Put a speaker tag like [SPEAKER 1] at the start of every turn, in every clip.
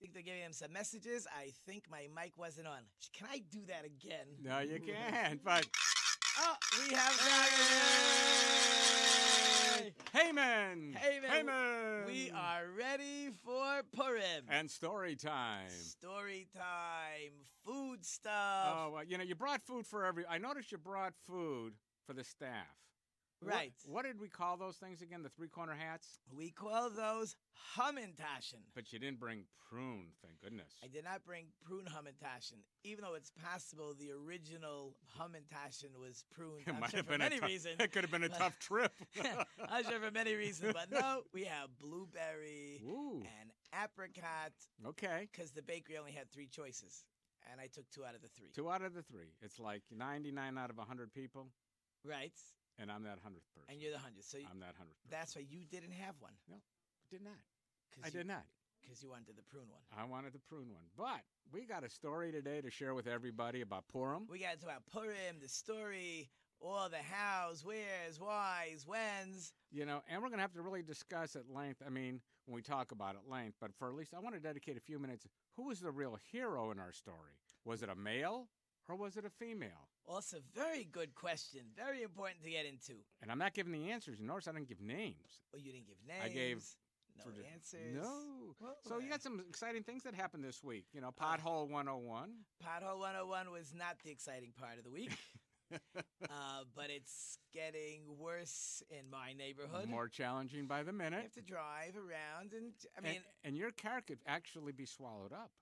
[SPEAKER 1] think they're giving him some messages. I think my mic wasn't on. Can I do that again?
[SPEAKER 2] No, you can't. But
[SPEAKER 1] Oh, we have Friday!
[SPEAKER 2] Heyman,
[SPEAKER 1] Heyman,
[SPEAKER 2] Heyman,
[SPEAKER 1] We are ready for Purim.
[SPEAKER 2] and story time.
[SPEAKER 1] Story time, food stuff.
[SPEAKER 2] Oh, well, you know, you brought food for every. I noticed you brought food for the staff. What-
[SPEAKER 1] right.
[SPEAKER 2] What, did we call those things again? The three corner hats.
[SPEAKER 1] We call those Hamantaschen.
[SPEAKER 2] But you didn't bring prune. Thank goodness.
[SPEAKER 1] I did not bring prune Hamantaschen, even though it's possible the original Hamantaschen was pruned.
[SPEAKER 2] It
[SPEAKER 1] I'm
[SPEAKER 2] might
[SPEAKER 1] sure
[SPEAKER 2] have
[SPEAKER 1] for
[SPEAKER 2] been a
[SPEAKER 1] many
[SPEAKER 2] tou-
[SPEAKER 1] reasons.
[SPEAKER 2] It could have been a tough trip.
[SPEAKER 1] I'm sure for many reasons, but no, we have blueberry
[SPEAKER 2] Ooh.
[SPEAKER 1] and apricot
[SPEAKER 2] Okay.
[SPEAKER 1] because the bakery only had three choices, and I took two out of the three.
[SPEAKER 2] Two out of the three. It's like 99 out of 100 people,
[SPEAKER 1] Right,
[SPEAKER 2] and I'm that 100th person.
[SPEAKER 1] and you're the hundred, so you,
[SPEAKER 2] I'm that 100th person.
[SPEAKER 1] that's why you didn't have one.
[SPEAKER 2] Did not.
[SPEAKER 1] 'cause
[SPEAKER 2] I
[SPEAKER 1] you-
[SPEAKER 2] did not.
[SPEAKER 1] because you wanted the prune one.
[SPEAKER 2] I wanted the prune one. But we got a story today to share with everybody about Purim.
[SPEAKER 1] We got to talk about Purim, the story, all the hows, wheres, whys, whens.
[SPEAKER 2] You know, and we're going to have to really discuss at length. I mean, when we talk about at length, but for at least I want to dedicate a few minutes. Who was the real hero in our story? Was it a male or was it a female?
[SPEAKER 1] Also, very good question. Very important to get into.
[SPEAKER 2] And I'm not giving the answers. You notice I didn't give names.
[SPEAKER 1] Well, you didn't give names.
[SPEAKER 2] I gave
[SPEAKER 1] no
[SPEAKER 2] for just-
[SPEAKER 1] answers.
[SPEAKER 2] No.
[SPEAKER 1] Well,
[SPEAKER 2] So you got some exciting things that happened this week. You know, Pothole 101.
[SPEAKER 1] Pothole 101 was not the exciting part of the week. uh, but it's getting worse in my neighborhood.
[SPEAKER 2] More challenging by the
[SPEAKER 1] you
[SPEAKER 2] minute.
[SPEAKER 1] have to drive around, and I
[SPEAKER 2] And-
[SPEAKER 1] mean,
[SPEAKER 2] and, your car could actually be swallowed up.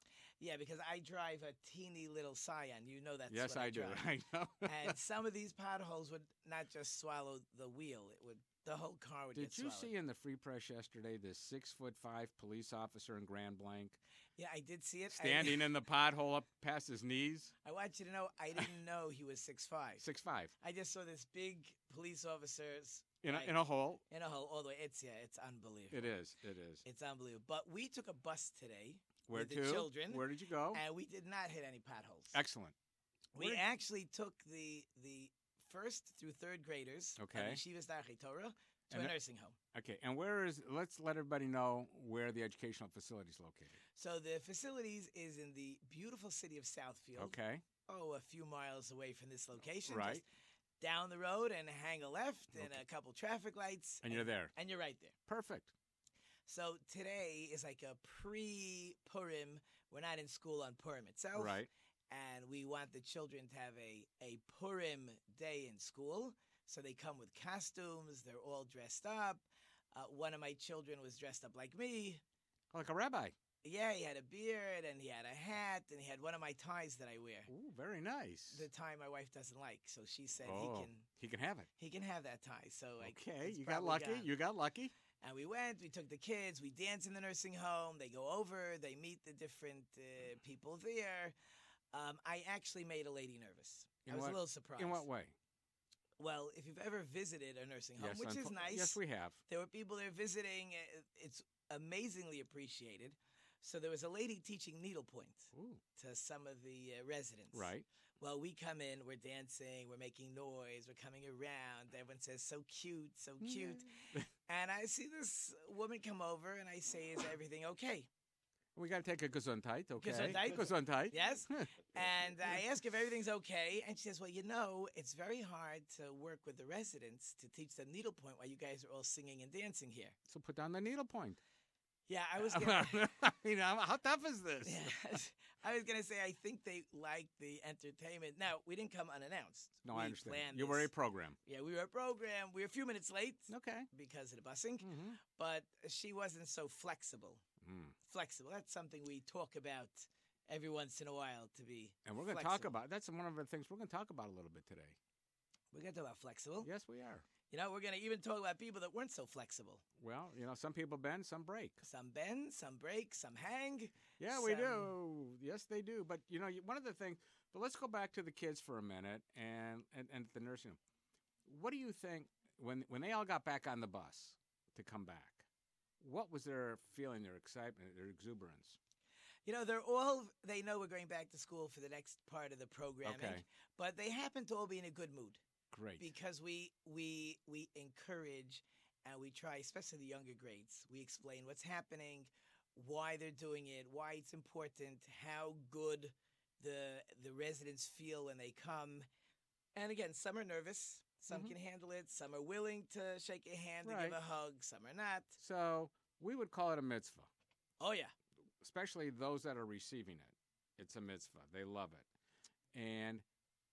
[SPEAKER 1] yeah, because I drive a teeny little Scion. You know that's
[SPEAKER 2] yes,
[SPEAKER 1] what
[SPEAKER 2] I,
[SPEAKER 1] I,
[SPEAKER 2] do.
[SPEAKER 1] drive.
[SPEAKER 2] I know.
[SPEAKER 1] and some of these potholes would not just swallow the wheel; it would the whole car would
[SPEAKER 2] Did
[SPEAKER 1] get
[SPEAKER 2] you
[SPEAKER 1] swallowed.
[SPEAKER 2] see in the free press yesterday this six foot five police officer in Grand Blanc
[SPEAKER 1] Yeah, I did see it. I-
[SPEAKER 2] standing in the pothole up past his knees?
[SPEAKER 1] I, want you to know, I didn't know he was six five.
[SPEAKER 2] Six five
[SPEAKER 1] I just saw this big police officer's
[SPEAKER 2] in a,
[SPEAKER 1] Right.
[SPEAKER 2] in a hole.
[SPEAKER 1] in a hole all the way. It's yeah, it's unbelievable.
[SPEAKER 2] It is. It is.
[SPEAKER 1] It's unbelievable. But we took a bus today
[SPEAKER 2] Where
[SPEAKER 1] with
[SPEAKER 2] to?
[SPEAKER 1] the children,
[SPEAKER 2] Where did you go?
[SPEAKER 1] and we did not hit any potholes.
[SPEAKER 2] Excellent.
[SPEAKER 1] we
[SPEAKER 2] Oh. where-
[SPEAKER 1] actually took the the first through third graders
[SPEAKER 2] Okay.
[SPEAKER 1] of Yeshiva Starchei Torah to
[SPEAKER 2] And
[SPEAKER 1] a
[SPEAKER 2] that-
[SPEAKER 1] nursing home.
[SPEAKER 2] Okay, and where is? Let's let everybody know where the educational facility is located.
[SPEAKER 1] So the facilities is in the beautiful city of Southfield.
[SPEAKER 2] Okay,
[SPEAKER 1] oh, a few miles away from this location.
[SPEAKER 2] Right.
[SPEAKER 1] Just down the road and hang a left and
[SPEAKER 2] Okay.
[SPEAKER 1] a couple traffic lights.
[SPEAKER 2] and you're there.
[SPEAKER 1] And you're right there.
[SPEAKER 2] Perfect.
[SPEAKER 1] So today is like a pre Purim. We're not in school on Purim itself.
[SPEAKER 2] Right.
[SPEAKER 1] And we want the children to have a, a Purim day in school. So they come with costumes, they're all dressed up. Uh, one of my children was dressed up like me.
[SPEAKER 2] Like a rabbi.
[SPEAKER 1] Yeah, he had a beard and he had a hat and he had one of my ties that I wear.
[SPEAKER 2] Ooh, very nice.
[SPEAKER 1] the tie my wife doesn't like, so she said
[SPEAKER 2] Oh,
[SPEAKER 1] he can
[SPEAKER 2] he can have it.
[SPEAKER 1] he can have that tie. So like,
[SPEAKER 2] Okay,
[SPEAKER 1] it's
[SPEAKER 2] you got
[SPEAKER 1] probably
[SPEAKER 2] lucky.
[SPEAKER 1] gone.
[SPEAKER 2] You got lucky.
[SPEAKER 1] and we went. We took the kids. We dance in the nursing home. They go over. They meet the different uh, people there. Um, I actually made a lady nervous.
[SPEAKER 2] In
[SPEAKER 1] I was
[SPEAKER 2] what-
[SPEAKER 1] a little surprised.
[SPEAKER 2] In what way?
[SPEAKER 1] Well, if you've ever visited a nursing home, which is
[SPEAKER 2] unfo-
[SPEAKER 1] nice,
[SPEAKER 2] Yes, we have.
[SPEAKER 1] there were people there visiting. uh, It's amazingly appreciated. So there was a lady teaching needlepoint
[SPEAKER 2] Ooh,
[SPEAKER 1] to some of the uh, residents.
[SPEAKER 2] right.
[SPEAKER 1] Well, we come in, we're dancing, we're making noise, we're coming around. Everyone says, so cute, so cute. And I see this woman come over and I say, is everything okay?
[SPEAKER 2] We got to take a gesundheit, okay?
[SPEAKER 1] Gesundheit.
[SPEAKER 2] Gesundheit.
[SPEAKER 1] Yes? And I ask if everything's okay. And she says, well, you know, it's very hard to work with the residents to teach them needlepoint while you guys are all singing and dancing here.
[SPEAKER 2] So put down the needlepoint.
[SPEAKER 1] Yeah, I was gonna,
[SPEAKER 2] I mean, how how tough is this?
[SPEAKER 1] Yes. I was gonna say I think they like the entertainment. Now we didn't come unannounced.
[SPEAKER 2] No,
[SPEAKER 1] We
[SPEAKER 2] I understand.
[SPEAKER 1] planned
[SPEAKER 2] You were a
[SPEAKER 1] this.
[SPEAKER 2] program.
[SPEAKER 1] yeah, we were a program. We were a few minutes late
[SPEAKER 2] Okay.
[SPEAKER 1] because of the busing.
[SPEAKER 2] hmm
[SPEAKER 1] but she wasn't so flexible.
[SPEAKER 2] Mm.
[SPEAKER 1] Flexible. That's something we talk about every once in a while to be.
[SPEAKER 2] And we're going to talk
[SPEAKER 1] flexible.
[SPEAKER 2] about that's one of the things we're going to talk about a little bit today.
[SPEAKER 1] We're going to talk about flexible.
[SPEAKER 2] Yes, we are.
[SPEAKER 1] You know, we're going to even talk about people that weren't so flexible.
[SPEAKER 2] Well, you know, some people bend, some break.
[SPEAKER 1] Some bend, some break, some hang.
[SPEAKER 2] Yeah, we
[SPEAKER 1] Some-
[SPEAKER 2] do. Yes, they do. But you know, you- one of the things. But let's go back to the kids for a minute and and, and the nursing home. What do you think when when they all got back on the bus to come back? What was their feeling, their excitement, their exuberance?
[SPEAKER 1] You know, they're all, they know we're going back to school for the next part of the programming,
[SPEAKER 2] Okay.
[SPEAKER 1] but they happen to all be in a good mood
[SPEAKER 2] Great.
[SPEAKER 1] because we, we, we encourage and we try, especially the younger grades, we explain what's happening. why they're doing it, why it's important, how good the the residents feel when they come. And again, some are nervous, some
[SPEAKER 2] Mhm.
[SPEAKER 1] can handle it, some are willing to shake a hand and give
[SPEAKER 2] Right.
[SPEAKER 1] a hug, some are not.
[SPEAKER 2] So we would call it a mitzvah,
[SPEAKER 1] Oh yeah.
[SPEAKER 2] especially those that are receiving it. It's a mitzvah. They love it. And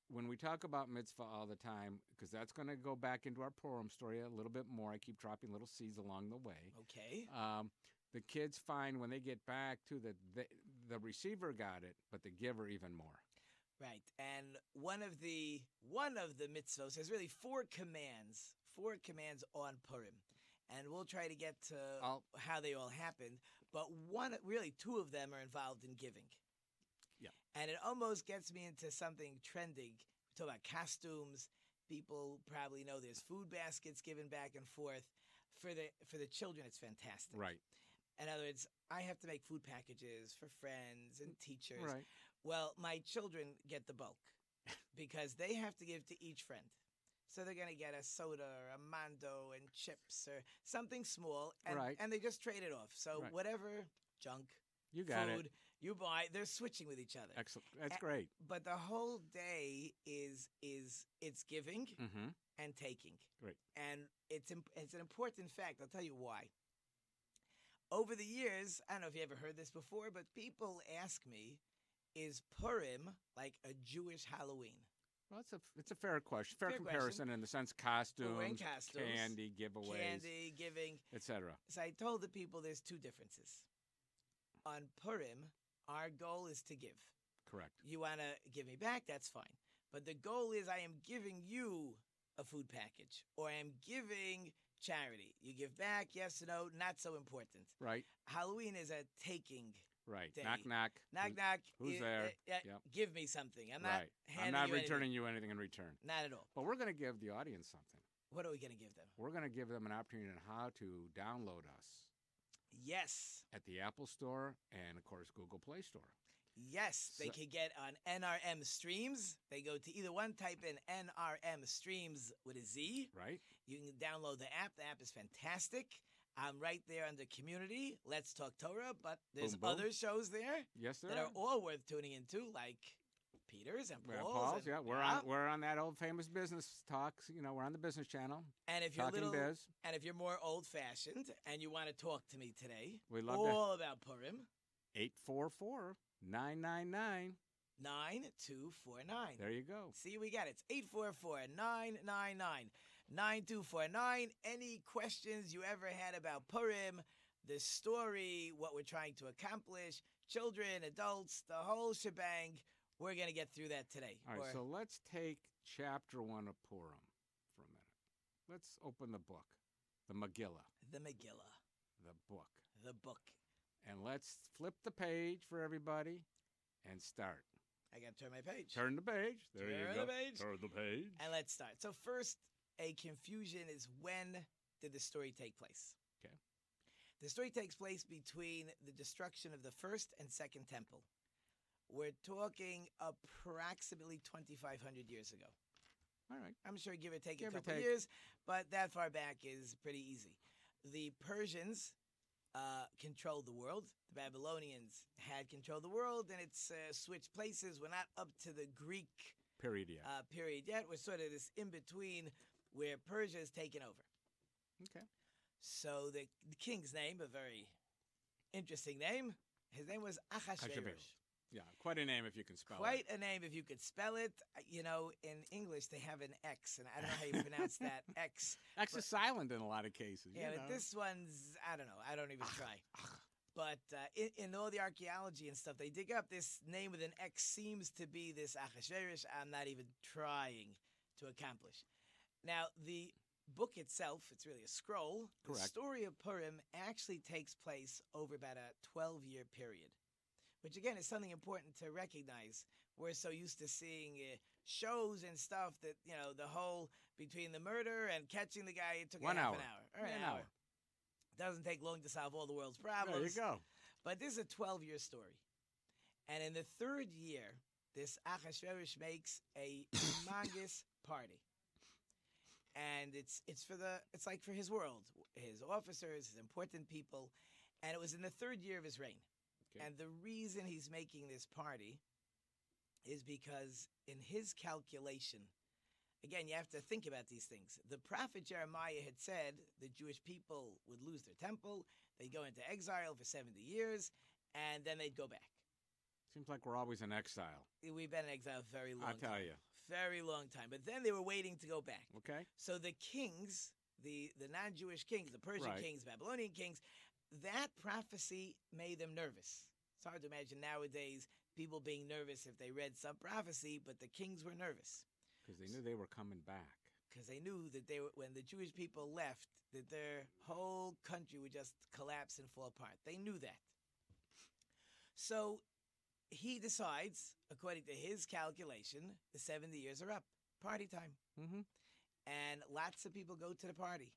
[SPEAKER 2] when we talk about mitzvah all the time, because that's going to go back into our Purim story a little bit more. I keep dropping little seeds along the way.
[SPEAKER 1] Okay.
[SPEAKER 2] Um, the kids find when they get back too that they, the receiver got it, but the giver even more.
[SPEAKER 1] Right. And one of the one of the mitzvos there's really four commands, four commands on Purim. And we'll try to get to
[SPEAKER 2] I'll,
[SPEAKER 1] how they all happened, but one really two of them are involved in giving.
[SPEAKER 2] Yeah.
[SPEAKER 1] And it almost gets me into something trending. We talk about costumes. People probably know there's food baskets given back and forth. For the for the children it's fantastic.
[SPEAKER 2] right,
[SPEAKER 1] In other words, I have to make food packages for friends and teachers.
[SPEAKER 2] right.
[SPEAKER 1] Well, my children get the bulk because they have to give to each friend. So they're going to get a soda or a mondo and chips or something small, and,
[SPEAKER 2] Right.
[SPEAKER 1] and they just trade it off. So
[SPEAKER 2] Right.
[SPEAKER 1] whatever junk
[SPEAKER 2] You got
[SPEAKER 1] food
[SPEAKER 2] it.
[SPEAKER 1] you buy, they're switching with each other.
[SPEAKER 2] Excellent. That's
[SPEAKER 1] A-
[SPEAKER 2] great.
[SPEAKER 1] But the whole day is is it's giving
[SPEAKER 2] Mm-hmm.
[SPEAKER 1] and taking.
[SPEAKER 2] Great.
[SPEAKER 1] And it's im- it's an important fact. I'll tell you why. Over the years, I don't know if you ever heard this before, but people ask me, "Is Purim like a Jewish Halloween?"
[SPEAKER 2] Well, it's a it's a fair question, fair,
[SPEAKER 1] Fair question.
[SPEAKER 2] comparison in the sense
[SPEAKER 1] We're wearing
[SPEAKER 2] costumes,
[SPEAKER 1] costumes,
[SPEAKER 2] candy giveaways,
[SPEAKER 1] candy giving.
[SPEAKER 2] etc.
[SPEAKER 1] So I told the people there's two differences. On Purim, our goal is to give.
[SPEAKER 2] Correct.
[SPEAKER 1] You want to give me back, that's fine. But the goal is I am giving you a food package or I am giving charity. You give back, yes or no, not so important.
[SPEAKER 2] Right.
[SPEAKER 1] Halloween is a taking.
[SPEAKER 2] Right.
[SPEAKER 1] Day.
[SPEAKER 2] Knock knock.
[SPEAKER 1] Knock,
[SPEAKER 2] Who-
[SPEAKER 1] knock.
[SPEAKER 2] who's
[SPEAKER 1] eh,
[SPEAKER 2] there?
[SPEAKER 1] eh, eh,
[SPEAKER 2] Yep.
[SPEAKER 1] Give me something. I'm not
[SPEAKER 2] right. I'm
[SPEAKER 1] handing
[SPEAKER 2] not
[SPEAKER 1] you anything.
[SPEAKER 2] returning you anything in return.
[SPEAKER 1] Not at all.
[SPEAKER 2] But we're going to give the audience something.
[SPEAKER 1] What are we going to give them?
[SPEAKER 2] We're going to give them an opportunity on how to download us
[SPEAKER 1] Yes.
[SPEAKER 2] at the Apple Store and of course Google Play Store.
[SPEAKER 1] Yes, they
[SPEAKER 2] So-
[SPEAKER 1] could get on NRM Streams. They go to either one, type in NRM Streams with a Z.
[SPEAKER 2] Right.
[SPEAKER 1] You can download the app. The app is fantastic. I'm right there under community. Let's talk Torah, but there's
[SPEAKER 2] Boom, boom.
[SPEAKER 1] other shows there
[SPEAKER 2] Yes, there
[SPEAKER 1] that
[SPEAKER 2] are.
[SPEAKER 1] are all worth tuning into, like Peter's and
[SPEAKER 2] Well,
[SPEAKER 1] Paul's.
[SPEAKER 2] Paul's,
[SPEAKER 1] and,
[SPEAKER 2] yeah, we're
[SPEAKER 1] yeah.
[SPEAKER 2] on we're on that old famous business talks. You know, we're on the business channel,
[SPEAKER 1] And if you're
[SPEAKER 2] talking
[SPEAKER 1] little,
[SPEAKER 2] biz.
[SPEAKER 1] and if you're more old fashioned, and you want to talk to me today,
[SPEAKER 2] We love
[SPEAKER 1] all about Purim
[SPEAKER 2] that. 844-999.
[SPEAKER 1] nine two four nine.
[SPEAKER 2] There you go.
[SPEAKER 1] See, we got it. It's 844 999 9249. Any questions you ever had about Purim, the story, what we're trying to accomplish, children, adults, the whole shebang, we're going to get through that today.
[SPEAKER 2] All right,
[SPEAKER 1] Or-
[SPEAKER 2] so let's take chapter one of Purim for a minute. Let's open the book, the Megillah,
[SPEAKER 1] the Megillah,
[SPEAKER 2] the book,
[SPEAKER 1] the book.
[SPEAKER 2] and let's flip the page for everybody and start.
[SPEAKER 1] I got to turn my page.
[SPEAKER 2] Turn the page. There you
[SPEAKER 1] Turn
[SPEAKER 2] go.
[SPEAKER 1] the page.
[SPEAKER 2] Turn the page.
[SPEAKER 1] And let's start. So, first, a confusion is when did the story take place?
[SPEAKER 2] 'Kay.
[SPEAKER 1] The story takes place between the destruction of the first and second temple. We're talking approximately 2,500 years ago.
[SPEAKER 2] All right.
[SPEAKER 1] I'm sure give or take
[SPEAKER 2] Give
[SPEAKER 1] a
[SPEAKER 2] or
[SPEAKER 1] couple of
[SPEAKER 2] take.
[SPEAKER 1] years, but that far back is pretty easy. The Persians uh, controlled the world. The Babylonians had controlled the world, and it's uh, switched places. We're not up to the Greek
[SPEAKER 2] Period. Yeah.
[SPEAKER 1] uh, period yet. We're sort of this in between where Persia is taken over.
[SPEAKER 2] okay.
[SPEAKER 1] So the, the king's name, a very interesting name, his name was Achashverosh.
[SPEAKER 2] Achashverosh. Yeah. Quite a name if you can spell
[SPEAKER 1] Quite
[SPEAKER 2] it.
[SPEAKER 1] a name if you could spell it. Uh, You know, in English they have an X, and I don't know how you pronounce that X.
[SPEAKER 2] X
[SPEAKER 1] but-
[SPEAKER 2] is silent in a lot of cases.
[SPEAKER 1] Yeah,
[SPEAKER 2] you
[SPEAKER 1] but
[SPEAKER 2] know.
[SPEAKER 1] this one's I don't know. I don't even
[SPEAKER 2] Ach-
[SPEAKER 1] try.
[SPEAKER 2] Ach.
[SPEAKER 1] But uh, in, in all the archaeology and stuff they dig up, this name with an X seems to be this Achashverosh. I'm not even trying to accomplish. Now, the book itself, it's really a scroll. The
[SPEAKER 2] Correct.
[SPEAKER 1] story of Purim actually takes place over about a 12 year period, which again is something important to recognize. We're so used to seeing uh, shows and stuff that, you know, the whole between the murder and catching the guy, it took a
[SPEAKER 2] One
[SPEAKER 1] half
[SPEAKER 2] hour.
[SPEAKER 1] an hour. Or
[SPEAKER 2] An
[SPEAKER 1] an
[SPEAKER 2] hour.
[SPEAKER 1] hour. Doesn't take long to solve all the world's
[SPEAKER 2] There you
[SPEAKER 1] problems.
[SPEAKER 2] go.
[SPEAKER 1] But this is a 12 year story. And in the third year, this Achashverosh makes a humongous party. And it's it's for the it's like for his world, his officers, his important people, and it was in the third year of his reign.
[SPEAKER 2] Okay.
[SPEAKER 1] And the reason he's making this party is because, in his calculation, again, you have to think about these things. The prophet Jeremiah had said the Jewish people would lose their temple, they'd go into exile for 70 years, and then they'd go back.
[SPEAKER 2] Seems like we're always in exile.
[SPEAKER 1] We've been in exile a very long
[SPEAKER 2] I tell
[SPEAKER 1] time.
[SPEAKER 2] you.
[SPEAKER 1] Very long time. But then they were waiting to go back.
[SPEAKER 2] Okay.
[SPEAKER 1] So the kings, the, the non Jewish kings, the Persian
[SPEAKER 2] Right.
[SPEAKER 1] kings, Babylonian kings, that prophecy made them nervous. It's hard to imagine nowadays people being nervous if they read some prophecy, but the kings were nervous
[SPEAKER 2] Because they knew they were coming back.
[SPEAKER 1] because they knew that they were, when the Jewish people left, that their whole country would just collapse and fall apart. They knew that. So he decides, according to his calculation, the 70 years are up. Party time
[SPEAKER 2] Mm-hmm.
[SPEAKER 1] and lots of people go to the party,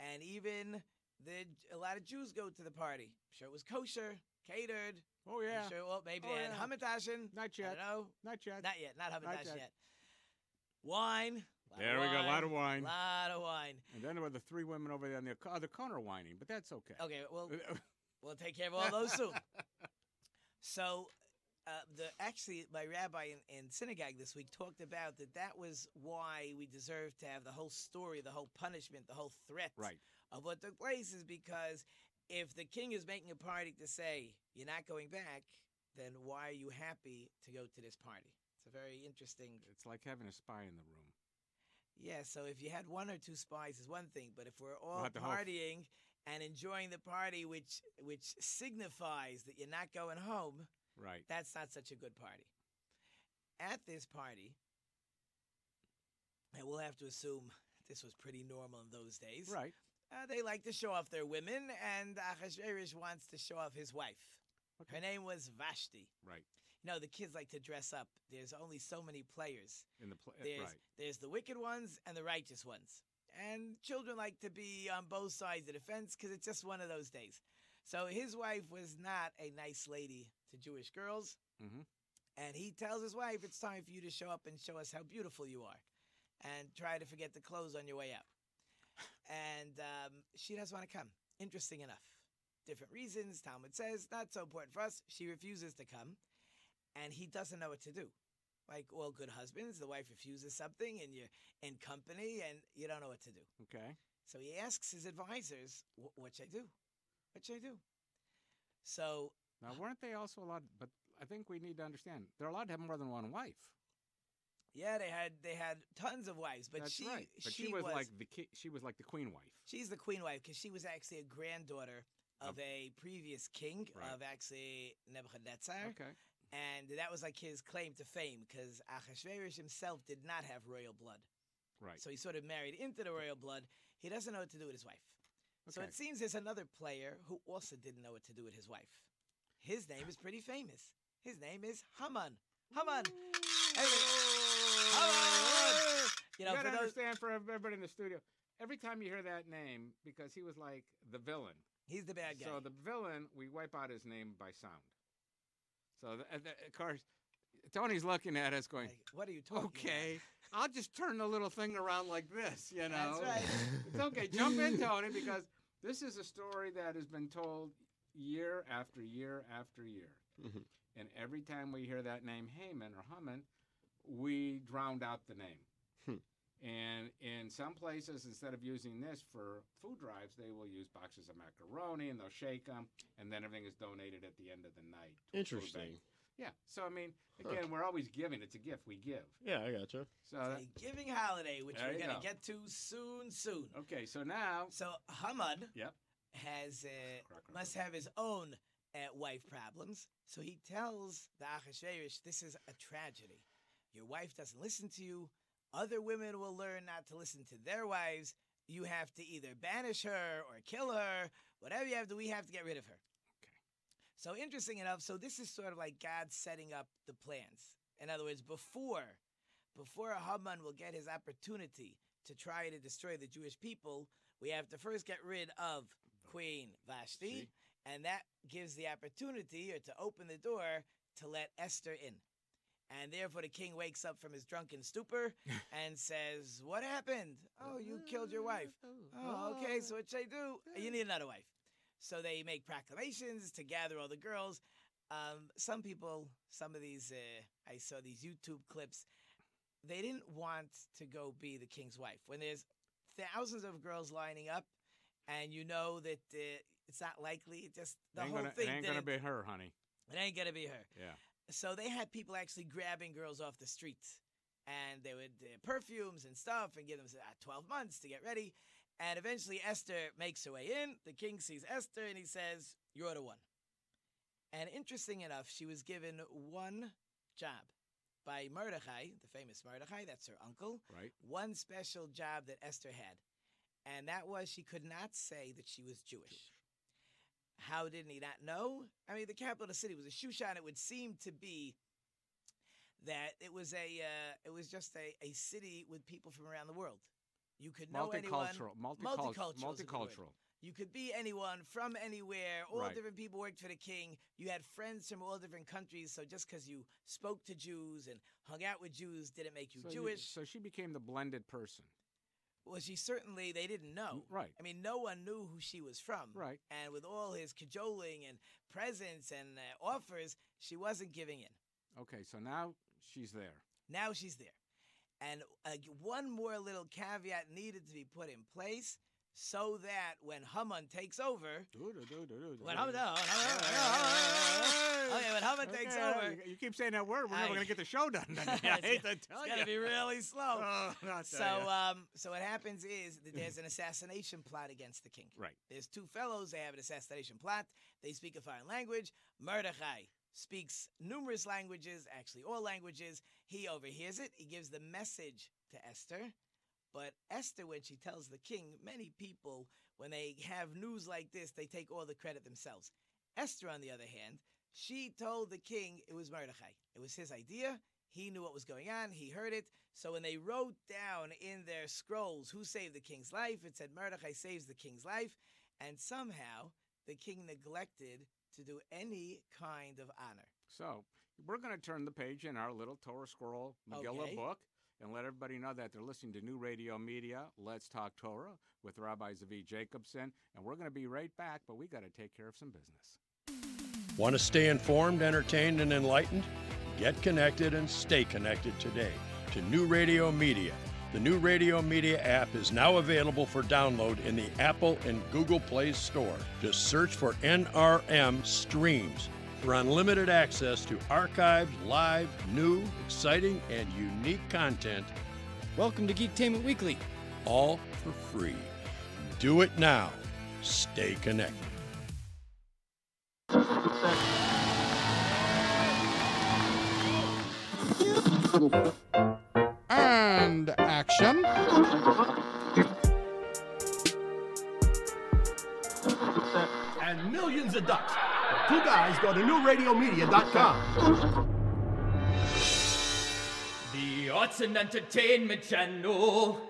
[SPEAKER 1] and even the a lot of Jews go to the party. I'm sure it was kosher, catered.
[SPEAKER 2] Oh
[SPEAKER 1] I'm
[SPEAKER 2] yeah.
[SPEAKER 1] sure, well, maybe
[SPEAKER 2] Oh,
[SPEAKER 1] they had
[SPEAKER 2] yeah.
[SPEAKER 1] hamantashen.
[SPEAKER 2] Not
[SPEAKER 1] I don't
[SPEAKER 2] yet.
[SPEAKER 1] know.
[SPEAKER 2] Not yet.
[SPEAKER 1] Not yet. Not hamantashen
[SPEAKER 2] yet.
[SPEAKER 1] yet. Wine. lot of
[SPEAKER 2] there we go. A lot of wine.
[SPEAKER 1] Lot of wine.
[SPEAKER 2] And then there were the three women over there on the co- other corner whining, but that's okay.
[SPEAKER 1] Okay. Well, we'll take care of all those soon. So, uh, the actually, my rabbi in, in synagogue this week talked about that. That was why we deserve to have the whole story, the whole punishment, the whole threat.
[SPEAKER 2] right.
[SPEAKER 1] of what took place is because if the king is making a party to say you're not going back, then why are you happy to go to this party? It's a very interesting.
[SPEAKER 2] It's like having a spy in the room.
[SPEAKER 1] Yeah, so if you had one or two spies is one thing, but if we're all
[SPEAKER 2] have the whole-
[SPEAKER 1] partying and enjoying the party, which which signifies that you're not going home,
[SPEAKER 2] Right.
[SPEAKER 1] that's not such a good party. At this party, and we'll have to assume this was pretty normal in those days.
[SPEAKER 2] Right.
[SPEAKER 1] Uh, they like to show off their women, and Ahasuerus wants to show off his wife.
[SPEAKER 2] Okay.
[SPEAKER 1] Her name was Vashti.
[SPEAKER 2] Right.
[SPEAKER 1] You know, the kids like to dress up. There's only so many players.
[SPEAKER 2] In the pla-
[SPEAKER 1] There's,
[SPEAKER 2] right.
[SPEAKER 1] there's the wicked ones and the righteous ones. And children like to be on both sides of the fence because it's just one of those days. So his wife was not a nice lady to Jewish girls.
[SPEAKER 2] Mhm.
[SPEAKER 1] And he tells his wife, it's time for you to show up and show us how beautiful you are and try to forget the clothes on your way out. And um, she doesn't want to come. Interesting enough. Different reasons. Talmud says, not so important for us. She refuses to come. And he doesn't know what to do. Like all good husbands, the wife refuses something and you're in company and you don't know what to do.
[SPEAKER 2] Okay.
[SPEAKER 1] So he asks his advisors, "Wh- what should I do? What should I do? So
[SPEAKER 2] Now, weren't they also allowed? But I think we need to understand they're allowed to have more than one wife.
[SPEAKER 1] Yeah, they had they had tons of wives, but
[SPEAKER 2] That's
[SPEAKER 1] she
[SPEAKER 2] right. But she, was, like the ki- she was like the queen wife.
[SPEAKER 1] she's the queen wife because she was actually a granddaughter of
[SPEAKER 2] Of-
[SPEAKER 1] a previous king
[SPEAKER 2] Right.
[SPEAKER 1] of actually Nebuchadnezzar,
[SPEAKER 2] Okay.
[SPEAKER 1] and that was like his claim to fame because Achashverosh himself did not have royal blood,
[SPEAKER 2] Right.
[SPEAKER 1] so he sort of married into the royal blood. He doesn't know what to do with his wife, so
[SPEAKER 2] okay.
[SPEAKER 1] it seems there's another player who also didn't know what to do with his wife. His name is pretty famous. His name is Haman. Haman. Haman. You
[SPEAKER 2] You,
[SPEAKER 1] know,
[SPEAKER 2] gotta
[SPEAKER 1] for those,
[SPEAKER 2] understand for everybody in the studio. Every time you hear that name, because he was like the villain.
[SPEAKER 1] he's the bad guy.
[SPEAKER 2] So the villain, we wipe out his name by sound. So the, uh, the, of course, Tony's looking at us going,
[SPEAKER 1] Like, what are you talking
[SPEAKER 2] "Okay, I'll just turn the little thing around like this," you know.
[SPEAKER 1] That's right.
[SPEAKER 2] It's okay. Jump in, Tony, because this is a story that has been told year after year after year.
[SPEAKER 3] Mhm.
[SPEAKER 2] And every time we hear that name, Haman or Haman, we drowned out the name.
[SPEAKER 3] Hmm.
[SPEAKER 2] And in some places, instead of using this for food drives, they will use boxes of macaroni and they'll shake them, and then everything is donated at the end of the night. to a food bank.
[SPEAKER 3] Interesting.
[SPEAKER 2] Yeah. So, I mean,
[SPEAKER 3] Huh.
[SPEAKER 2] again, we're always giving. It's a gift we give.
[SPEAKER 3] Yeah, I gotcha.
[SPEAKER 2] So,
[SPEAKER 1] about? It's a giving holiday, which
[SPEAKER 2] uh, There
[SPEAKER 1] we're
[SPEAKER 2] you
[SPEAKER 1] going to
[SPEAKER 2] go.
[SPEAKER 1] get to soon, soon.
[SPEAKER 2] that- okay. So now,
[SPEAKER 1] So Hamad
[SPEAKER 2] Yep.
[SPEAKER 1] has uh,
[SPEAKER 2] Crock, crock,
[SPEAKER 1] must
[SPEAKER 2] crock.
[SPEAKER 1] have his own uh, wife problems. So he tells the Achashverosh, "This is a tragedy. Your wife doesn't listen to you. Other women will learn not to listen to their wives. You have to either banish her or kill her. Whatever you have to, we have to get rid of her."
[SPEAKER 2] Okay.
[SPEAKER 1] So interesting enough. So this is sort of like God setting up the plans. In other words, before before Haman will get his opportunity to try to destroy the Jewish people, we have to first get rid of Queen Vashti,
[SPEAKER 2] See?
[SPEAKER 1] and that gives the opportunity or to open the door to let Esther in. And therefore, the king wakes up from his drunken stupor and says, What Oh,
[SPEAKER 2] Ah.
[SPEAKER 1] happened? Oh, you killed your wife. Oh, okay, so what should I do? You need another wife. So they make proclamations to gather all the girls. Um, some people, some of these, uh, I saw these YouTube clips. They didn't want to go be the king's wife when there's thousands of girls lining up, and you know that uh, it's not likely. It just the
[SPEAKER 2] ain't
[SPEAKER 1] whole
[SPEAKER 2] gonna,
[SPEAKER 1] thing
[SPEAKER 2] it ain't gonna
[SPEAKER 1] didn't-
[SPEAKER 2] be her, honey.
[SPEAKER 1] it ain't gonna be her.
[SPEAKER 2] Yeah.
[SPEAKER 1] So they had people actually grabbing girls off the streets, and they would uh, perfumes and stuff, and give them uh, twelve months to get ready. And eventually, Esther makes her way in. The king sees Esther, and he says, "You're the one." And interesting enough, she was given one job by Mordechai, the famous Mordechai. That's her uncle.
[SPEAKER 2] Right.
[SPEAKER 1] One special job that Esther had, and that was she could not say that she was Jewish. How didn't he not know? I mean, the capital of the city was a Shushan. It would seem to be that it was a uh, it was just a, a city with people from around the world. You could know anyone.
[SPEAKER 2] multicultural. Multicultural.
[SPEAKER 1] Multicultural is a good word.
[SPEAKER 2] Multicultural.
[SPEAKER 1] You could be anyone from anywhere. All
[SPEAKER 2] Right.
[SPEAKER 1] different people worked for the king. You had friends from all different countries. So just because you spoke to Jews and hung out with Jews didn't make you
[SPEAKER 2] So
[SPEAKER 1] Jewish.
[SPEAKER 2] so she became the blended person.
[SPEAKER 1] well, she certainly they didn't know.
[SPEAKER 2] Right.
[SPEAKER 1] I mean, no one knew who she was from.
[SPEAKER 2] Right.
[SPEAKER 1] And with all his cajoling and presents and uh, offers, she wasn't giving in.
[SPEAKER 2] Okay. So now she's there.
[SPEAKER 1] Now she's there. And uh, one more little caveat needed to be put in place so that when Haman takes over, when Haman, no, okay, when Haman takes
[SPEAKER 2] Okay,
[SPEAKER 1] over,
[SPEAKER 2] You, you keep saying that word. We're never
[SPEAKER 1] I-
[SPEAKER 2] going to get the show done. Today. I
[SPEAKER 1] It's
[SPEAKER 2] hate to tell
[SPEAKER 1] it's
[SPEAKER 2] you.
[SPEAKER 1] gonna be really slow.
[SPEAKER 2] Oh, I'll tell
[SPEAKER 1] So,
[SPEAKER 2] ya.
[SPEAKER 1] um, so what happens is that there's an assassination plot against the king.
[SPEAKER 2] Right.
[SPEAKER 1] There's two fellows. They have an assassination plot. They speak a foreign language. Mordechai speaks numerous languages, actually all languages. He overhears it. He gives the message to Esther. But Esther, when she tells the king, many people, when they have news like this, they take all the credit themselves. Esther, on the other hand, she told the king it was Mordechai. It was his idea. He knew what was going on. He heard it. So when they wrote down in their scrolls who saved the king's life, it said Mordechai saves the king's life. And somehow the king neglected to do any kind of honor.
[SPEAKER 2] So we're going to turn the page in our little Torah scroll Megillah
[SPEAKER 1] Okay.
[SPEAKER 2] book and let everybody know that they're listening to New Radio Media. Let's talk Torah with Rabbi Zavi Jacobson, and we're going to be right back. But we got to take care of some business.
[SPEAKER 3] Want to stay informed, entertained, and enlightened? Get connected and stay connected today to New Radio Media. The New Radio Media app is now available for download in the Apple and Google Play Store. Just search for NRM Streams for unlimited access to archived, live, new, exciting, and unique content,
[SPEAKER 4] Welcome to Geektainment Weekly.
[SPEAKER 3] all for free. Do it now. Stay connected.
[SPEAKER 2] And action.
[SPEAKER 5] and millions of ducks. Two guys go to newradiomedia.com.
[SPEAKER 6] The Arts and Entertainment Channel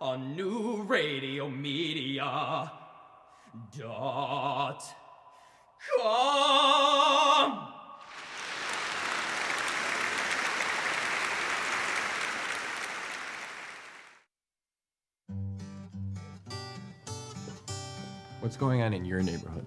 [SPEAKER 6] on New Radio Media dot com.
[SPEAKER 7] What's going on in your neighborhood?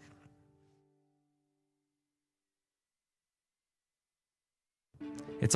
[SPEAKER 6] It's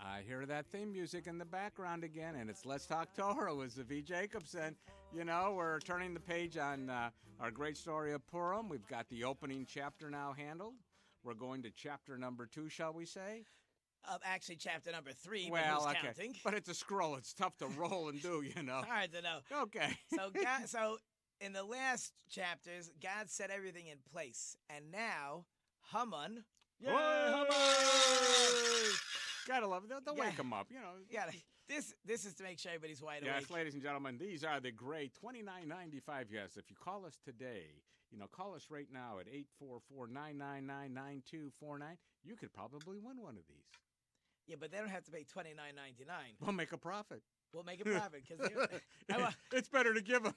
[SPEAKER 2] I hear that theme music in the background again, and it's Let's Talk Torah with Zavi Jacobson. You know, we're turning the page on uh, our great story of Purim. We've got the opening chapter now handled. We're going to chapter number two, shall we say?
[SPEAKER 1] Uh, actually, chapter number three.
[SPEAKER 2] well,
[SPEAKER 1] but who's
[SPEAKER 2] okay.
[SPEAKER 1] counting?
[SPEAKER 2] But it's a scroll. It's tough to roll and do, you know.
[SPEAKER 1] Hard to know.
[SPEAKER 2] Okay.
[SPEAKER 1] So God, so in the last chapters, God set everything in place, and now Haman.
[SPEAKER 2] Yay, Haman! Gotta love it. They'll, they'll wake 'em up, you know.
[SPEAKER 1] Yeah. This this is to make sure everybody's wide
[SPEAKER 2] Yes,
[SPEAKER 1] awake.
[SPEAKER 2] ladies and gentlemen, these are the great 2995. Yes, if you call us today, you know, call us right now at 844-999-9249. You could probably win one of these.
[SPEAKER 1] Yeah, but they don't have to pay twenty nine ninety nine.
[SPEAKER 2] We'll make a profit.
[SPEAKER 1] We'll make a profit because I want
[SPEAKER 2] it's better to give them.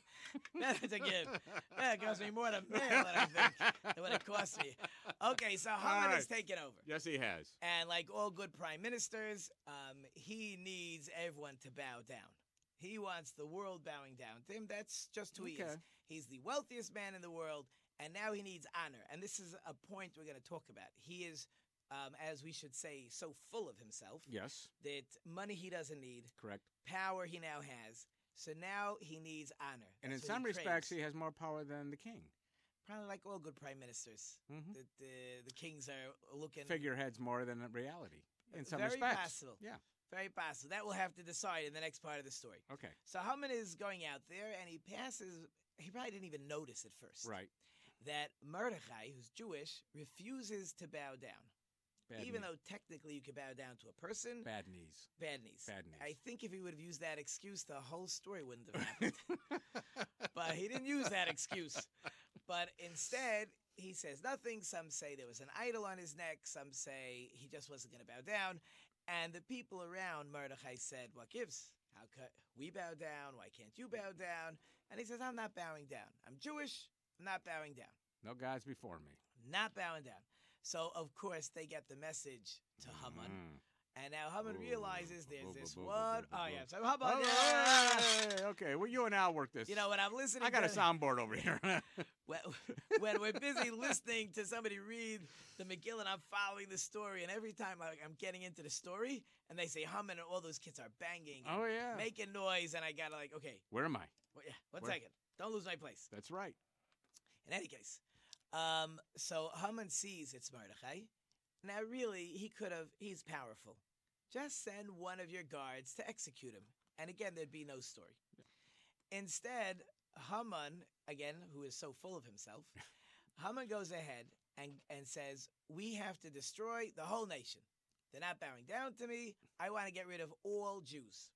[SPEAKER 1] better to give. That costs me more to mail than I think than what it costs me. Okay, so Haman
[SPEAKER 2] right.
[SPEAKER 1] is taking over.
[SPEAKER 2] Yes, he has.
[SPEAKER 1] And like all good prime ministers, um, he needs everyone to bow down. He wants the world bowing down to him. That's just who he is.
[SPEAKER 2] Okay.
[SPEAKER 1] He's the wealthiest man in the world, and now he needs honor. And this is a point we're going to talk about. He is, um, as we should say, so full of himself
[SPEAKER 2] Yes,
[SPEAKER 1] that money he doesn't need,
[SPEAKER 2] correct.
[SPEAKER 1] power he now has. So now he needs honor.
[SPEAKER 2] And in
[SPEAKER 1] That's
[SPEAKER 2] some
[SPEAKER 1] what he craves.
[SPEAKER 2] respects, he has more power than the king. Mm-hmm.
[SPEAKER 1] probably like all good prime ministers, the, the the kings are looking
[SPEAKER 2] Figureheads more than in reality. In some
[SPEAKER 1] Very
[SPEAKER 2] respects.
[SPEAKER 1] possible.
[SPEAKER 2] Yeah.
[SPEAKER 1] Very possible. That we'll have to decide in the next part of the story.
[SPEAKER 2] Okay.
[SPEAKER 1] So Haman is going out there and he passes. He probably didn't even notice at first
[SPEAKER 2] Right.
[SPEAKER 1] that Mordechai, who's Jewish, refuses to bow down,
[SPEAKER 2] Bad
[SPEAKER 1] even
[SPEAKER 2] knee-
[SPEAKER 1] though technically you could bow down to a person.
[SPEAKER 2] bad knees.
[SPEAKER 1] Bad knees.
[SPEAKER 2] Bad knees.
[SPEAKER 1] I think if he would have used that excuse, the whole story wouldn't have happened. but he didn't use that excuse. But instead, he says nothing. Some say there was an idol on his neck. Some say he just wasn't going to bow down. And the people around Mordechai said, What gives? How could we bow down? Why can't you bow down? And he says, I'm not bowing down. I'm Jewish. I'm not bowing down.
[SPEAKER 2] No gods before me.
[SPEAKER 1] Not bowing down. So, of course, they get the message to Haman.
[SPEAKER 2] Mm.
[SPEAKER 1] And now Haman realizes there's
[SPEAKER 2] boo,
[SPEAKER 1] this
[SPEAKER 2] boo, boo,
[SPEAKER 1] one
[SPEAKER 2] boo,
[SPEAKER 1] oh
[SPEAKER 2] boo.
[SPEAKER 1] yeah. So how about
[SPEAKER 2] All
[SPEAKER 1] yeah.
[SPEAKER 2] right, Okay, well, you and I'll work this.
[SPEAKER 1] You know, when I'm listening,
[SPEAKER 2] I got a
[SPEAKER 1] to-
[SPEAKER 2] soundboard over here.
[SPEAKER 1] When, when we're busy listening to somebody read the McGill, and I'm following the story, and every time I, I'm getting into the story, and they say Haman, and all those kids are banging, and
[SPEAKER 2] Oh, yeah.
[SPEAKER 1] making noise, and I gotta like, okay,
[SPEAKER 2] Where am I?
[SPEAKER 1] wait, yeah, one
[SPEAKER 2] Where-
[SPEAKER 1] second, don't lose my place.
[SPEAKER 2] That's right.
[SPEAKER 1] In any case, um, so Haman sees it's Mordechai. Now, really, he could have, he's powerful. Just send one of your guards to execute him. And again, there'd be no story. Instead, Haman, again, who is so full of himself, Haman goes ahead and, and says, We have to destroy the whole nation. They're not bowing down to me. I want to get rid of all Jews.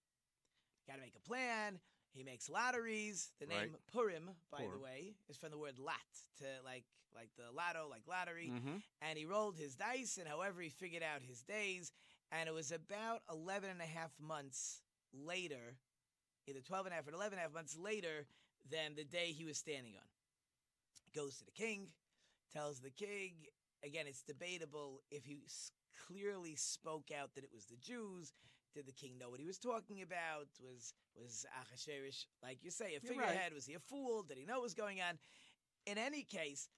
[SPEAKER 1] Got to make a plan. He makes lotteries. The
[SPEAKER 2] Right.
[SPEAKER 1] name Purim, by the
[SPEAKER 2] Purim.
[SPEAKER 1] way, is from the word lot to like like the lotto, like lottery.
[SPEAKER 2] Mhm.
[SPEAKER 1] And he rolled his dice and however he figured out his days. And it was about 11 and a half months later, either 12 and a half or 11 and a half months later than the day he was standing on. Goes to the king, tells the king, again, it's debatable if he s- clearly spoke out that it was the Jews. Did the king know what he was talking about? Was was Ahasuerus, like you say, a
[SPEAKER 2] You're right.
[SPEAKER 1] figurehead? Was he a fool? Did he know what was going on? In any case,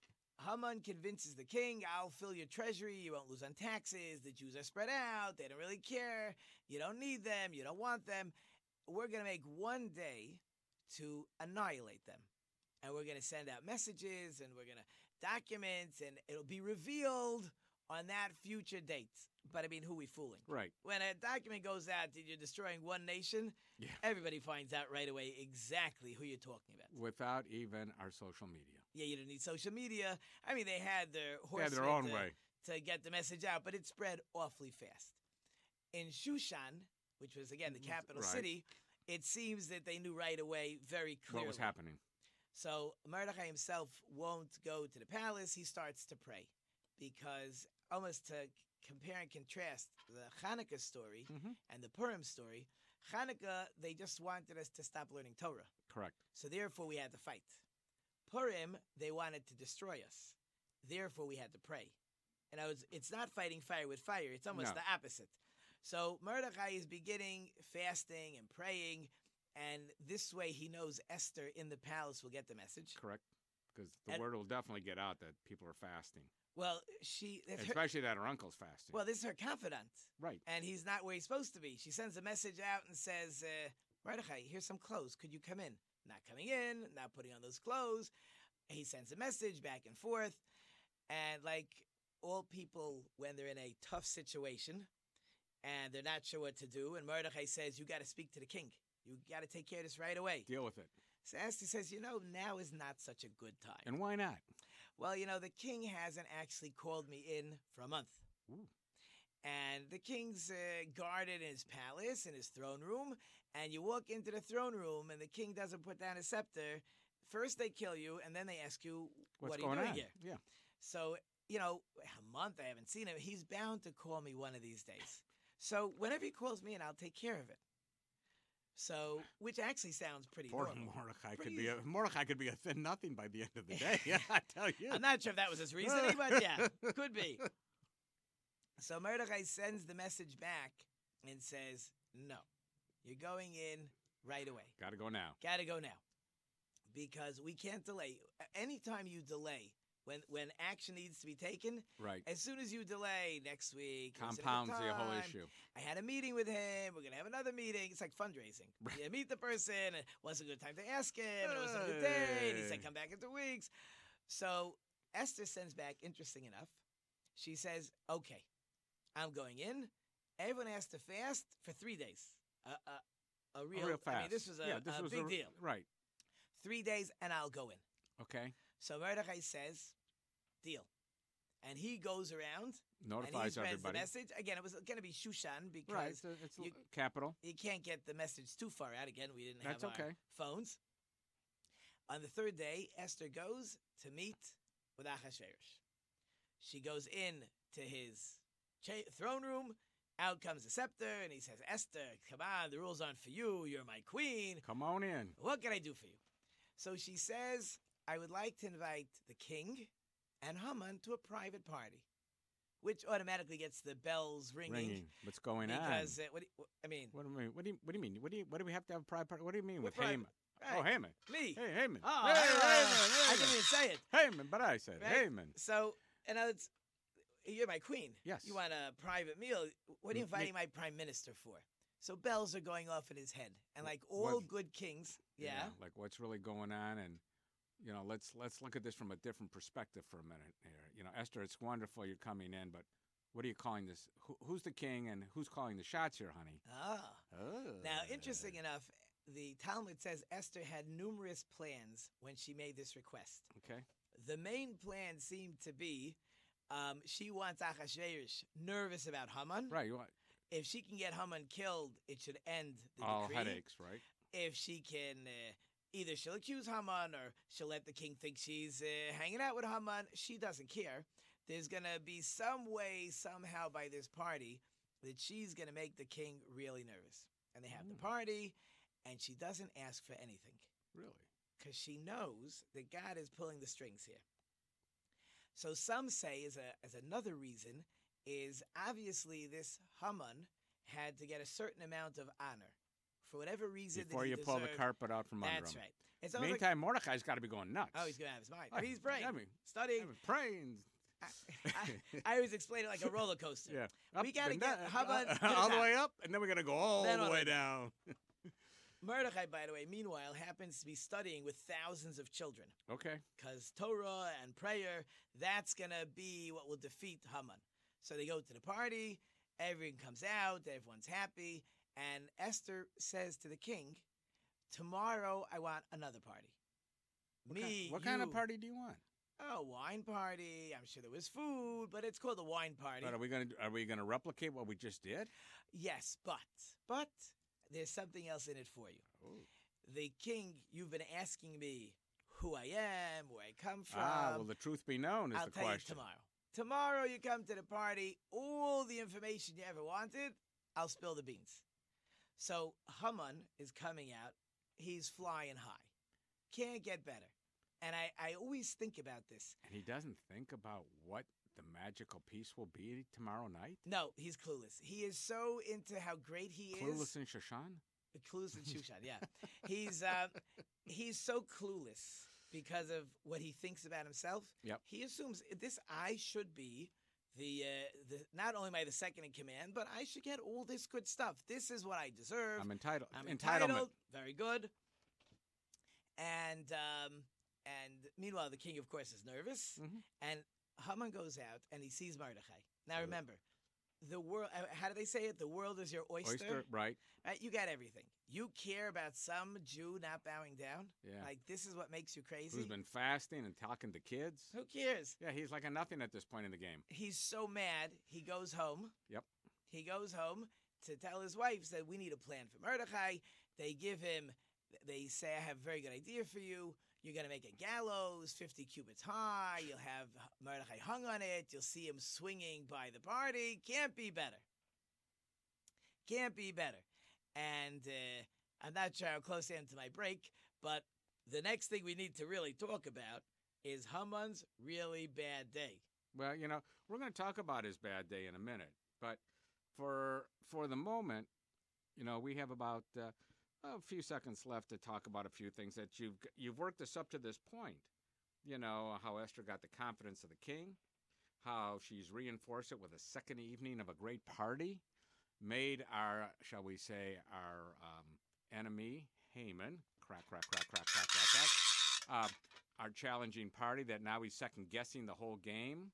[SPEAKER 1] Haman convinces the king, I'll fill your treasury, you won't lose on taxes, the Jews are spread out, they don't really care, you don't need them, you don't want them. We're going to make one day to annihilate them. And we're going to send out messages and we're going to document, and it'll be revealed on that future date. But I mean, who we fooling?
[SPEAKER 2] Right.
[SPEAKER 1] When a document goes out that you're destroying one nation,
[SPEAKER 2] Yeah.
[SPEAKER 1] everybody finds out right away exactly who you're talking about.
[SPEAKER 2] Without even our social media.
[SPEAKER 1] Yeah, you don't need social media. I mean, they had their horse
[SPEAKER 2] their own
[SPEAKER 1] to,
[SPEAKER 2] way.
[SPEAKER 1] to get the message out, but it spread awfully fast. In Shushan, which was again the capital
[SPEAKER 2] Mm, right.
[SPEAKER 1] city, it seems that they knew right away very clearly
[SPEAKER 2] What was happening?
[SPEAKER 1] So Mordechai himself won't go to the palace. He starts to pray because almost to compare and contrast the Hanukkah story
[SPEAKER 2] Mhm.
[SPEAKER 1] and the Purim story, Hanukkah they just wanted us to stop learning Torah.
[SPEAKER 2] Correct.
[SPEAKER 1] So therefore, we had to fight. Purim, they wanted to destroy us. Therefore, we had to pray. And I was, it's not fighting fire with fire. It's almost
[SPEAKER 2] No.
[SPEAKER 1] the opposite. So Mordecai is beginning fasting and praying. And this way, he knows Esther in the palace will get the message.
[SPEAKER 2] Correct. Because the
[SPEAKER 1] And-
[SPEAKER 2] word will definitely get out that people are fasting,
[SPEAKER 1] Well, she, that's her,
[SPEAKER 2] especially that her uncle's fasting.
[SPEAKER 1] well, this is her confidant.
[SPEAKER 2] right.
[SPEAKER 1] And he's not where he's supposed to be. She sends a message out and says, uh, Mordechai, here's some clothes. Could you come in? Not coming in, not putting on those clothes. He sends a message back and forth. And like all people when they're in a tough situation and they're not sure what to do. And Mordechai says, You got to speak to the king. You got to take care of this right away.
[SPEAKER 2] Deal with it.
[SPEAKER 1] So Esther says, You know, now is not such a good time.
[SPEAKER 2] And why not?
[SPEAKER 1] Well, you know, the king hasn't actually called me in for a month. And the king's uh, guarded in his palace, in his throne room. And you walk into the throne room, and the king doesn't put down his scepter. First, they kill you, and then they ask you,
[SPEAKER 2] What's
[SPEAKER 1] What are
[SPEAKER 2] going
[SPEAKER 1] you doing
[SPEAKER 2] on?
[SPEAKER 1] here?
[SPEAKER 2] Yeah.
[SPEAKER 1] So, you know, a month I haven't seen him. He's bound to call me one of these days. So, whenever he calls me in, I'll take care of it. So, which actually sounds pretty
[SPEAKER 2] Poor
[SPEAKER 1] normal.
[SPEAKER 2] Mordecai
[SPEAKER 1] Pretty
[SPEAKER 2] could be a Mordecai could be a thin nothing by the end of the day. Yeah, I tell you.
[SPEAKER 1] I'm not sure if that was his reasoning, but yeah, could be. So Mordecai sends the message back and says, No, you're going in right away.
[SPEAKER 2] Got to go now.
[SPEAKER 1] Gotta go now. Because we can't delay. A- Anytime you delay, when, when action needs to be taken,
[SPEAKER 2] Right.
[SPEAKER 1] as soon as you delay next week, it was at a good
[SPEAKER 2] Compounds the whole
[SPEAKER 1] time.
[SPEAKER 2] issue.
[SPEAKER 1] I had a meeting with him. We're gonna have another meeting. It's like fundraising. you meet the person. It wasn't a good time to ask him. and It wasn't a good day. And he said,
[SPEAKER 2] Hey.
[SPEAKER 1] "Come back in two weeks." So Esther sends back. Interesting enough, she says, "Okay, I'm going in. Everyone has to fast for three days. A, a, a real,
[SPEAKER 2] a real fast.
[SPEAKER 1] I mean, this was a,
[SPEAKER 2] yeah, this
[SPEAKER 1] a
[SPEAKER 2] was
[SPEAKER 1] big
[SPEAKER 2] a,
[SPEAKER 1] deal.
[SPEAKER 2] Right.
[SPEAKER 1] Three days, and I'll go in."
[SPEAKER 2] Okay.
[SPEAKER 1] So Mordechai says, "Deal," and he goes around. and he
[SPEAKER 2] Notifies
[SPEAKER 1] spreads
[SPEAKER 2] everybody.
[SPEAKER 1] the message again. It was going to be Shushan because
[SPEAKER 2] Right. It's, a- it's a-
[SPEAKER 1] you-
[SPEAKER 2] capital.
[SPEAKER 1] you can't get the message too far out. Again, we didn't
[SPEAKER 2] That's
[SPEAKER 1] have our
[SPEAKER 2] okay.
[SPEAKER 1] phones. On the third day, Esther goes to meet with Ahasuerus. She goes in to his cha- throne room. Out comes the scepter, and he says, "Esther, come on, the rules aren't for you. You're my queen.
[SPEAKER 2] Come on in.
[SPEAKER 1] What can I do for you?" So she says, "I would like to invite the king and Haman to a private party." Which automatically gets the bells ringing.
[SPEAKER 2] What's going
[SPEAKER 1] because,
[SPEAKER 2] on?
[SPEAKER 1] uh, what, do you- I mean,
[SPEAKER 2] What do you mean? What do you, what do you mean? What do you, what do we have to have private party? What do you mean with
[SPEAKER 1] private-
[SPEAKER 2] Haman? Oh,
[SPEAKER 1] Right.
[SPEAKER 2] Haman.
[SPEAKER 1] Me.
[SPEAKER 2] Hey, Haman.
[SPEAKER 1] Oh,
[SPEAKER 2] hey,
[SPEAKER 1] hey,
[SPEAKER 2] Haman,
[SPEAKER 1] I didn't even say it.
[SPEAKER 2] Haman. Haman, but I said
[SPEAKER 1] Right?
[SPEAKER 2] Haman.
[SPEAKER 1] So, and I was, you're my queen.
[SPEAKER 2] Yes.
[SPEAKER 1] You want a private meal? What are you
[SPEAKER 2] Me- me-
[SPEAKER 1] inviting my prime minister for? So bells are going off in his head, and like all good kings, yeah.
[SPEAKER 2] Like what's really going on and you know, let's let's look at this from a different perspective for a minute here. You know, Esther, it's wonderful you're coming in, but what are you calling this? Who, who's the king and who's calling the shots here, honey?
[SPEAKER 1] Ah.
[SPEAKER 2] Oh.
[SPEAKER 1] Now, interesting enough, the Talmud says Esther had numerous plans when she made this request.
[SPEAKER 2] Okay.
[SPEAKER 1] The main plan seemed to be um, she wants Achashverosh nervous about Haman.
[SPEAKER 2] Right. You want
[SPEAKER 1] If she can get Haman killed, it should end the
[SPEAKER 2] all
[SPEAKER 1] decree.
[SPEAKER 2] headaches, right?
[SPEAKER 1] if she can uh, either she'll accuse Haman or she'll let the king think she's uh, hanging out with Haman. She doesn't care. There's gonna be some way somehow by this party that she's gonna make the king really nervous. And they have
[SPEAKER 2] Hmm.
[SPEAKER 1] the party, and she doesn't ask for anything
[SPEAKER 2] Really?
[SPEAKER 1] because she knows that God is pulling the strings here. So some say as a as another reason is obviously this Haman had to get a certain amount of honor for whatever reason.
[SPEAKER 2] Before
[SPEAKER 1] that he
[SPEAKER 2] you pull the
[SPEAKER 1] deserved.
[SPEAKER 2] carpet out from under
[SPEAKER 1] That's
[SPEAKER 2] him.
[SPEAKER 1] right. It's almost like-
[SPEAKER 2] Meantime, Mordecai's got to be going nuts.
[SPEAKER 1] Oh, he's gonna have his mind.
[SPEAKER 2] I-
[SPEAKER 1] But he's praying,
[SPEAKER 2] I mean,
[SPEAKER 1] studying,
[SPEAKER 2] praying.
[SPEAKER 1] I always explain it like a roller coaster.
[SPEAKER 2] Yeah.
[SPEAKER 1] we
[SPEAKER 2] Up
[SPEAKER 1] gotta
[SPEAKER 2] and
[SPEAKER 1] get
[SPEAKER 2] down,
[SPEAKER 1] how about
[SPEAKER 2] uh, all the way up, and then we gotta go all
[SPEAKER 1] Then
[SPEAKER 2] the
[SPEAKER 1] all the
[SPEAKER 2] way
[SPEAKER 1] way
[SPEAKER 2] down.
[SPEAKER 1] Mordechai, by the way, meanwhile happens to be studying with thousands of children
[SPEAKER 2] Okay.
[SPEAKER 1] because Torah and prayer that's gonna be what will defeat Haman. So they go to the party. Everyone comes out. Everyone's happy. And Esther says to the king, "Tomorrow I want another party.
[SPEAKER 2] Ki-
[SPEAKER 1] Me,
[SPEAKER 2] what kind of
[SPEAKER 1] you-
[SPEAKER 2] party do you want?
[SPEAKER 1] Oh, wine party. I'm sure there was food, but it's called a wine party.
[SPEAKER 2] But are we gonna do- are we gonna replicate what we just did?
[SPEAKER 1] Yes, but but there's something else in it for you.
[SPEAKER 2] Oh.
[SPEAKER 1] The king, you've been asking me who I am, where I come from.
[SPEAKER 2] ah, will the truth be known? Is
[SPEAKER 1] I'll
[SPEAKER 2] the
[SPEAKER 1] tell
[SPEAKER 2] question.
[SPEAKER 1] you tomorrow. Tomorrow you come to the party, all the information you ever wanted, I'll spill the beans. So Haman is coming out. He's flying high. Can't get better. And I, I always think about this.
[SPEAKER 2] And he doesn't think about what the magical piece will be tomorrow night.
[SPEAKER 1] No, he's clueless. He is so into how great he is.
[SPEAKER 2] Clueless in Shoshan.
[SPEAKER 1] Clueless in Shushan, yeah. He's uh, he's so clueless because of what he thinks about himself.
[SPEAKER 2] Yep.
[SPEAKER 1] He assumes this I should be the uh, the not only am I the second in command, but I should get all this good stuff. This is what I deserve.
[SPEAKER 2] I'm entitled.
[SPEAKER 1] I'm
[SPEAKER 2] Entitlement.
[SPEAKER 1] entitled. Very good.
[SPEAKER 2] Mm-hmm.
[SPEAKER 1] And um, and meanwhile, the king, of course, is nervous. And Haman goes out and he sees Mordechai. Now remember, the world. uh, How do they say it? The world is your oyster.
[SPEAKER 2] Oyster, right?
[SPEAKER 1] Right, you got everything. You care about some Jew not bowing down.
[SPEAKER 2] Yeah.
[SPEAKER 1] Like this is what makes you crazy.
[SPEAKER 2] Who's been fasting and talking to kids?
[SPEAKER 1] Who cares?
[SPEAKER 2] Yeah, he's like a nothing at this point in the game.
[SPEAKER 1] He's so mad. He goes home.
[SPEAKER 2] Yep.
[SPEAKER 1] He goes home to tell his wife that we need a plan for Mordechai. They give him. They say, "I have a very good idea for you. You're gonna make a gallows, 50 cubits high. You'll have Mordechai hung on it. You'll see him swinging by the party. Can't be better. Can't be better." And uh, I'm not sure how close I am to my break, but the next thing we need to really talk about is Haman's really bad day.
[SPEAKER 2] Well, you know, we're going to talk about his bad day in a minute, but for for the moment, you know, we have about uh, a few seconds left to talk about a few things that you've g- you've worked us up to this point. You know how Esther got the confidence of the king, how she's reinforced it with a second evening of a great party, made our shall we say our um, enemy Haman crack crack crack crack crack crack crack. Uh, our challenging party that now he's second guessing the whole game.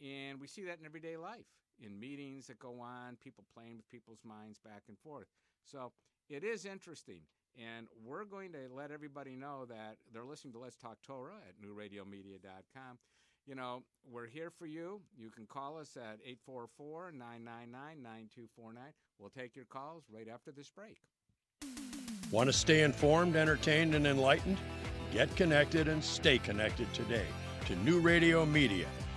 [SPEAKER 2] And we see that in everyday life, in meetings that go on, people playing with people's minds back and forth. So it is interesting. And we're going to let everybody know that they're listening to Let's Talk Torah at newradiomedia.com. You know, we're here for you. You can call us at 844 999 9249. We'll take your calls right after this break.
[SPEAKER 3] Want to stay informed, entertained, and enlightened? Get connected and stay connected today to New Radio Media.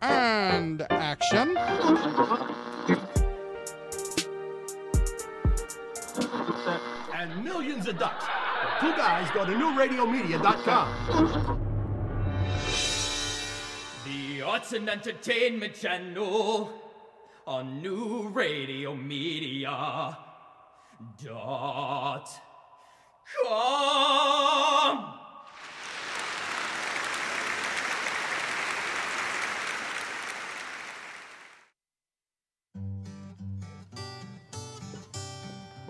[SPEAKER 4] And action.
[SPEAKER 5] And millions of ducks. The two guys go to newradiomedia.com.
[SPEAKER 8] The Arts and Entertainment Channel on New Radio Media dot com.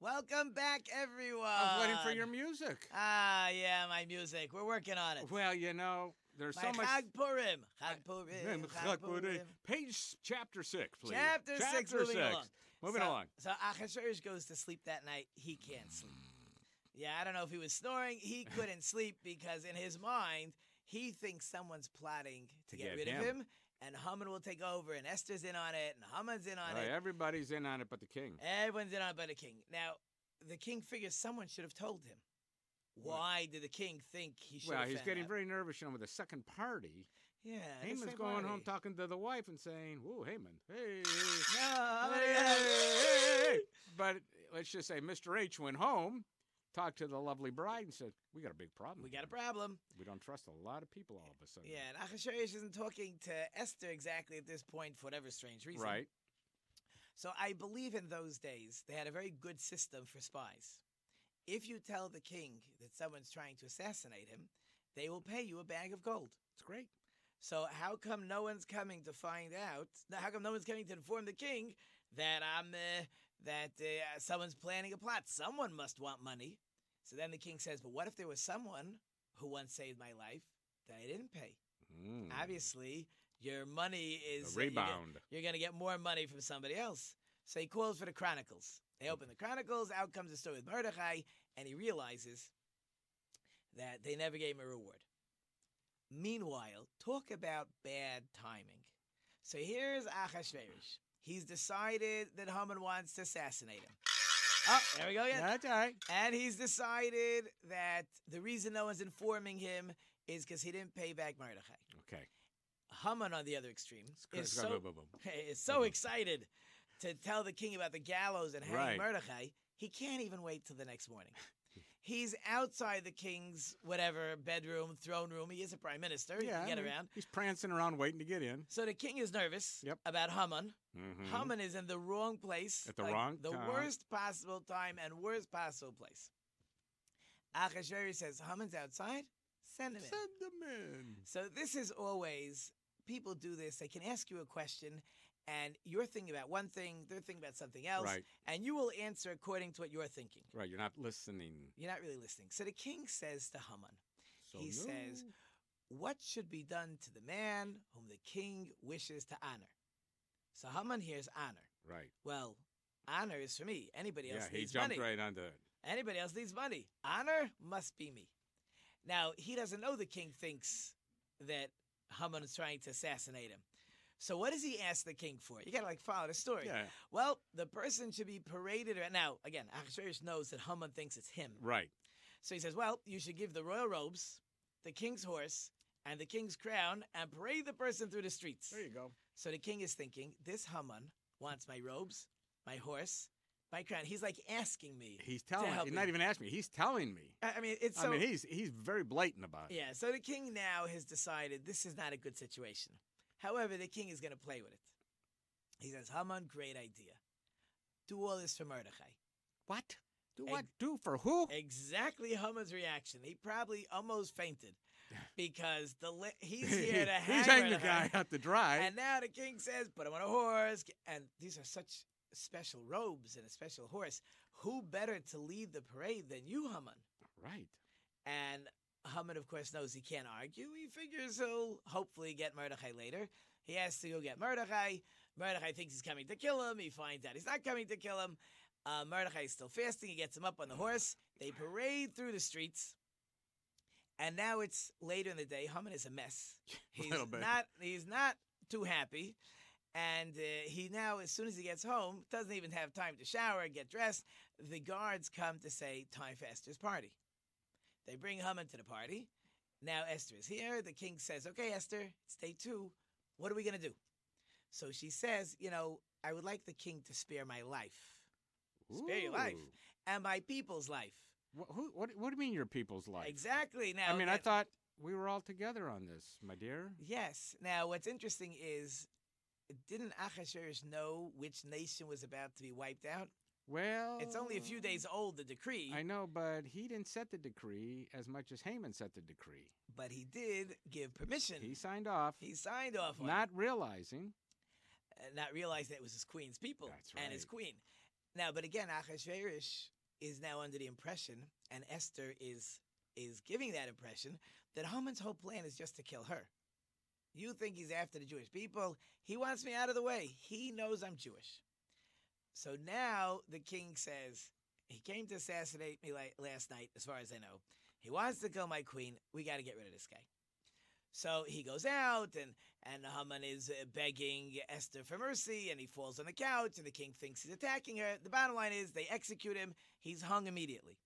[SPEAKER 1] Welcome back, everyone.
[SPEAKER 2] I was waiting for your music.
[SPEAKER 1] Ah, yeah, my music. We're working on it.
[SPEAKER 2] Well, you know, there's
[SPEAKER 1] my
[SPEAKER 2] so much.
[SPEAKER 1] Chag Purim. Chag Purim.
[SPEAKER 2] Name,
[SPEAKER 1] Chag
[SPEAKER 2] Chakburi.
[SPEAKER 1] Purim.
[SPEAKER 2] Page s- chapter six, please.
[SPEAKER 1] Chapter, six.
[SPEAKER 2] Chapter
[SPEAKER 1] Moving
[SPEAKER 2] six.
[SPEAKER 1] along.
[SPEAKER 2] Moving
[SPEAKER 1] so,
[SPEAKER 2] along.
[SPEAKER 1] So Achashverosh goes to sleep that night. He can't sleep. Yeah, I don't know if he was snoring. He couldn't sleep because in his mind he thinks someone's plotting to,
[SPEAKER 2] To get
[SPEAKER 1] rid
[SPEAKER 2] him.
[SPEAKER 1] of him, and Haman will take over, and Esther's in on it, and Haman's in on
[SPEAKER 2] Right,
[SPEAKER 1] it.
[SPEAKER 2] everybody's in on it, but the king.
[SPEAKER 1] Everyone's in on it but the king. Now, the king figures someone should have told him. Why did the king think he should?
[SPEAKER 2] well,
[SPEAKER 1] have
[SPEAKER 2] he's
[SPEAKER 1] found
[SPEAKER 2] getting
[SPEAKER 1] out?
[SPEAKER 2] very nervous, you know, with the second party.
[SPEAKER 1] Yeah, the
[SPEAKER 2] Haman's
[SPEAKER 1] same
[SPEAKER 2] going home
[SPEAKER 1] party.
[SPEAKER 2] talking to the wife and saying, "Ooh, Haman, hey."
[SPEAKER 1] No,
[SPEAKER 2] hey, hey, hey, hey." But let's just say Mr. H went home, talked to the lovely bride, and said, "We got a big problem.
[SPEAKER 1] We got a
[SPEAKER 2] here.
[SPEAKER 1] problem.
[SPEAKER 2] We don't trust a lot of people all of a sudden."
[SPEAKER 1] Yeah, and Achashverosh isn't talking to Esther exactly at this point for whatever strange reason.
[SPEAKER 2] Right.
[SPEAKER 1] So I believe in those days they had a very good system for spies. If you tell the king that someone's trying to assassinate him, they will pay you a bag of gold.
[SPEAKER 2] It's great.
[SPEAKER 1] So how come no one's coming to find out? no, How come no one's coming to inform the king that I'm uh, that uh, someone's planning a plot? Someone must want money. So then the king says, "But what if there was someone who once saved my life that I didn't pay?
[SPEAKER 2] Mm.
[SPEAKER 1] Obviously, your money is
[SPEAKER 2] A rebound.
[SPEAKER 1] You're going to get more money from somebody else." So he calls for the chronicles. They open the chronicles. Out comes the story with Mordechai, and he realizes that they never gave him a reward. Meanwhile, talk about bad timing. So here's Achashverosh. He's decided that Haman wants to assassinate him. Oh, there we go again.
[SPEAKER 2] That's all right.
[SPEAKER 1] And he's decided that the reason no one's informing him is because he didn't pay back Mordechai.
[SPEAKER 2] Okay.
[SPEAKER 1] Haman, on the other extreme,
[SPEAKER 2] cr-
[SPEAKER 1] is
[SPEAKER 2] it's gotta
[SPEAKER 1] so,
[SPEAKER 2] go boom, boom.
[SPEAKER 1] is
[SPEAKER 2] Mm-hmm.
[SPEAKER 1] so excited to tell the king about the gallows and hanging
[SPEAKER 2] Right.
[SPEAKER 1] Mordechai, he can't even wait till the next morning. He's outside the king's whatever bedroom, throne room. He is a prime minister. He
[SPEAKER 2] Yeah,
[SPEAKER 1] can get
[SPEAKER 2] I mean,
[SPEAKER 1] around.
[SPEAKER 2] He's prancing around waiting to get in.
[SPEAKER 1] So the king is nervous about Haman.
[SPEAKER 2] Mhm.
[SPEAKER 1] Haman is in the wrong place.
[SPEAKER 2] At the
[SPEAKER 1] like,
[SPEAKER 2] wrong
[SPEAKER 1] The
[SPEAKER 2] time.
[SPEAKER 1] worst possible time and worst possible place. Achashverosh says, Haman's outside. Send him in. So this is always, people do this. They can ask you a question and you're thinking about one thing, they're thinking about something else.
[SPEAKER 2] Right.
[SPEAKER 1] And you will answer according to what you're thinking.
[SPEAKER 2] Right, you're not listening.
[SPEAKER 1] You're not really listening. So the king says to Haman,
[SPEAKER 2] So
[SPEAKER 1] he
[SPEAKER 2] no.
[SPEAKER 1] says, What should be done to the man whom the king wishes to honor? So Haman hears honor.
[SPEAKER 2] Right.
[SPEAKER 1] Well, honor is for me. Anybody else
[SPEAKER 2] Yeah, he
[SPEAKER 1] needs
[SPEAKER 2] jumped
[SPEAKER 1] money.
[SPEAKER 2] right onto it.
[SPEAKER 1] Anybody else needs money. Honor must be me. Now, he doesn't know the king thinks that Haman is trying to assassinate him. So, what does he ask the king for? You got to like follow the story.
[SPEAKER 2] Yeah.
[SPEAKER 1] Well, the person should be paraded. Around. Now, again, Achashverosh knows that Haman thinks it's him.
[SPEAKER 2] Right.
[SPEAKER 1] So he says, Well, you should give the royal robes, the king's horse, and the king's crown, and parade the person through the streets. There
[SPEAKER 2] you go.
[SPEAKER 1] So the king is thinking, This Haman wants my robes, my horse, my crown. He's like asking me.
[SPEAKER 2] He's
[SPEAKER 1] to
[SPEAKER 2] telling.
[SPEAKER 1] help
[SPEAKER 2] He's not
[SPEAKER 1] him.
[SPEAKER 2] even asking me. He's telling me.
[SPEAKER 1] I I mean, it's
[SPEAKER 2] I
[SPEAKER 1] so.
[SPEAKER 2] mean, he's he's very blatant about it.
[SPEAKER 1] Yeah, so the king now has decided this is not a good situation. However, the king is going to play with it. He says, Haman, great idea. Do all this for Mordechai.
[SPEAKER 2] What? Do
[SPEAKER 1] Ex-
[SPEAKER 2] what? Do for who?
[SPEAKER 1] Exactly Haman's reaction. He probably almost fainted because the li- he's
[SPEAKER 2] He-
[SPEAKER 1] here to hang
[SPEAKER 2] he's hanging the
[SPEAKER 1] Mordechai.
[SPEAKER 2] guy out to dry.
[SPEAKER 1] And now the king says, put him on a horse. g- And these are such special robes and a special horse. Who better to lead the parade than you, Haman?
[SPEAKER 2] right.
[SPEAKER 1] And Haman, of course, knows he can't argue. He figures he'll hopefully get Mordechai later. He has to go get Mordechai. Mordechai thinks he's coming to kill him. He finds out he's not coming to kill him. Uh, Mordechai is still fasting. He gets him up on the horse. They parade through the streets. And now it's later in the day. Haman is a mess. He's
[SPEAKER 2] Little bit.
[SPEAKER 1] not. He's not too happy. And uh, he now, as soon as he gets home, doesn't even have time to shower, get dressed. The guards come to say time for Esther's party. They bring Haman to the party. Now Esther is here. The king says, Okay, Esther, it's day two. What are we going to do? So she says, You know, I would like the king to spare my life. Spare your life
[SPEAKER 2] Ooh.
[SPEAKER 1] and my people's life.
[SPEAKER 2] What, who, what? What do you mean your people's life?
[SPEAKER 1] Exactly. Now,
[SPEAKER 2] I mean, I
[SPEAKER 1] that-
[SPEAKER 2] thought we were all together on this, my dear.
[SPEAKER 1] Yes. Now, what's interesting is didn't Achashverosh know which nation was about to be wiped out?
[SPEAKER 2] Well,
[SPEAKER 1] It's only a few days old, the decree.
[SPEAKER 2] Oh. I know, but he didn't set the decree as much as Haman set the decree.
[SPEAKER 1] But he did give permission.
[SPEAKER 2] He signed off,
[SPEAKER 1] He signed off on it.
[SPEAKER 2] not realizing.
[SPEAKER 1] uh, not realize that it was his queen's people and his
[SPEAKER 2] right.
[SPEAKER 1] queen. Now, but again, Achashverosh is now under the impression, and Esther is is giving that impression that Haman's whole plan is just to kill her. You think he's after the Jewish people? He wants me out of the way. He knows I'm Jewish. So now the king says he came to assassinate me like last night, as far as I know. He wants to kill my queen. We got to get rid of this guy. So he goes out, and and Haman is uh, begging Esther for mercy, and he falls on the couch, and the king thinks he's attacking her. The bottom line is they execute him. He's hung immediately.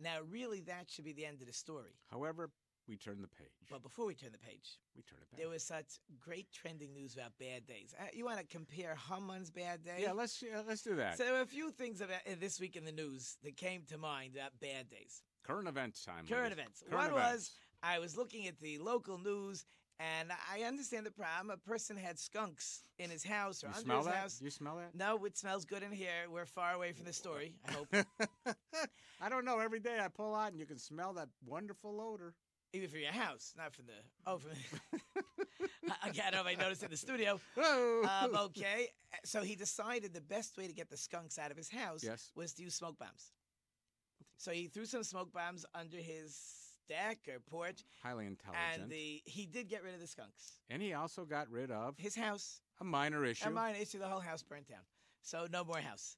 [SPEAKER 1] Now, really, that should be the end of the story.
[SPEAKER 2] However, we turn the page.
[SPEAKER 1] But before we turn the page,
[SPEAKER 2] We turn it back.
[SPEAKER 1] there was such great trending news about bad days. Uh, you want to compare Haman's bad day?
[SPEAKER 2] yeah, let's yeah, let's do that.
[SPEAKER 1] So there were a few things about uh, this week in the news that came to mind about bad days.
[SPEAKER 2] Current events time.
[SPEAKER 1] Current
[SPEAKER 2] ladies.
[SPEAKER 1] events.
[SPEAKER 2] Current
[SPEAKER 1] One
[SPEAKER 2] events.
[SPEAKER 1] was I was looking at the local news And I understand the problem. A person had skunks in his house or
[SPEAKER 2] You
[SPEAKER 1] under
[SPEAKER 2] smell
[SPEAKER 1] his
[SPEAKER 2] that?
[SPEAKER 1] house.
[SPEAKER 2] Do you smell that?
[SPEAKER 1] No, it smells good in here. We're far away from the story. I hope.
[SPEAKER 2] I don't know. Every day I pull out and you can smell that wonderful odor.
[SPEAKER 1] Even from your house, not from the. Oh, from the. I, I don't know if I noticed in the studio.
[SPEAKER 2] Whoa.
[SPEAKER 1] Um, okay. So he decided the best way to get the skunks out of his house
[SPEAKER 2] Yes.
[SPEAKER 1] was to use smoke bombs. So he threw some smoke bombs under his deck or porch,
[SPEAKER 2] Highly intelligent.
[SPEAKER 1] and the he did get rid of the skunks.
[SPEAKER 2] And he also got rid of
[SPEAKER 1] his house.
[SPEAKER 2] A minor issue.
[SPEAKER 1] And mine issue the whole house burnt down. So no more house.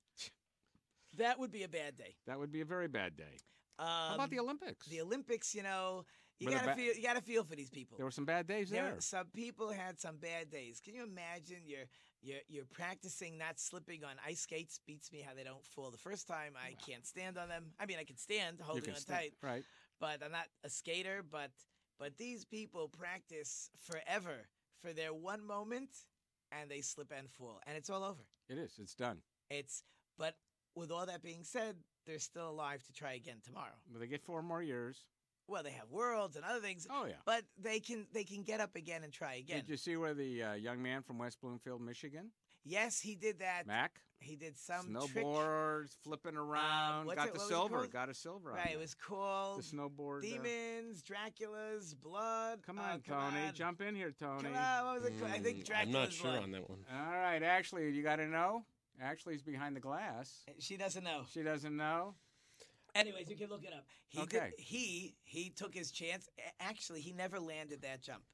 [SPEAKER 1] that would be a bad day.
[SPEAKER 2] That would be a very bad day.
[SPEAKER 1] Um,
[SPEAKER 2] about the Olympics?
[SPEAKER 1] The Olympics, you know, you
[SPEAKER 2] Were the
[SPEAKER 1] gotta
[SPEAKER 2] ba-
[SPEAKER 1] feel you gotta feel for these people.
[SPEAKER 2] There were some bad days there.
[SPEAKER 1] were- Some people had some bad days. Can you imagine? You're you're you're practicing not slipping on ice skates. Beats me how they don't fall the first time. I can't stand on them. I mean, I can stand
[SPEAKER 2] You
[SPEAKER 1] holding
[SPEAKER 2] can
[SPEAKER 1] on
[SPEAKER 2] stand-
[SPEAKER 1] tight,
[SPEAKER 2] Right.
[SPEAKER 1] but I'm not a skater. But but these people practice forever for their one moment, and they slip and fall, and it's all over.
[SPEAKER 2] It is. It's done.
[SPEAKER 1] It's but with all that being said, they're still alive to try again tomorrow.
[SPEAKER 2] Well, they get four more years.
[SPEAKER 1] Well, they have worlds and other things.
[SPEAKER 2] Oh, yeah.
[SPEAKER 1] but they can they can get up again and try again.
[SPEAKER 2] Did you see where the uh, young man from West Bloomfield, Michigan,
[SPEAKER 1] Yes, he did that.
[SPEAKER 2] Mac,
[SPEAKER 1] He did some trick. Um,
[SPEAKER 2] snowboard, flipping around,
[SPEAKER 1] what's
[SPEAKER 2] got
[SPEAKER 1] it-
[SPEAKER 2] the
[SPEAKER 1] what was it
[SPEAKER 2] silver,
[SPEAKER 1] called?
[SPEAKER 2] got a silver. on
[SPEAKER 1] Right,
[SPEAKER 2] there.
[SPEAKER 1] it was called
[SPEAKER 2] the snowboard. uh,
[SPEAKER 1] Demons, Dracula's blood.
[SPEAKER 2] come
[SPEAKER 1] uh,
[SPEAKER 2] on,
[SPEAKER 1] come
[SPEAKER 2] Tony,
[SPEAKER 1] on.
[SPEAKER 2] jump in here, Tony.
[SPEAKER 1] Come on, what was it called? I
[SPEAKER 9] Mm,
[SPEAKER 1] think Dracula's blood.
[SPEAKER 2] that one. All right, Ashley, you got to know. Ashley's behind the glass.
[SPEAKER 1] She doesn't know.
[SPEAKER 2] She doesn't know.
[SPEAKER 1] Anyways, you can look it up. He
[SPEAKER 2] Okay.
[SPEAKER 1] did, he he took his chance. A- Actually, he never landed that jump.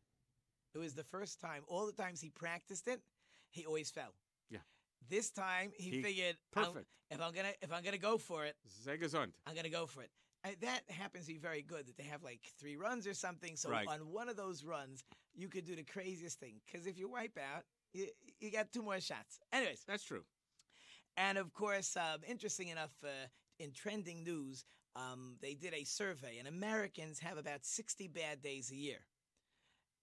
[SPEAKER 1] It was the first time. All the times he practiced it, he always fell.
[SPEAKER 2] Yeah.
[SPEAKER 1] This time he,
[SPEAKER 2] He-
[SPEAKER 1] figured, I'm-
[SPEAKER 2] perfect.
[SPEAKER 1] if I'm gonna if I'm gonna go for it,
[SPEAKER 2] Zegasund.
[SPEAKER 1] I'm gonna go for it. And that happens to be very good that they have like three runs or something. So
[SPEAKER 2] Right.
[SPEAKER 1] on one of those runs, you could do the craziest thing because if you wipe out, you, you got two more shots. Anyways,
[SPEAKER 2] that's true.
[SPEAKER 1] And of course, um, interesting enough, uh, in trending news, um, they did a survey, and Americans have about 60 bad days a year.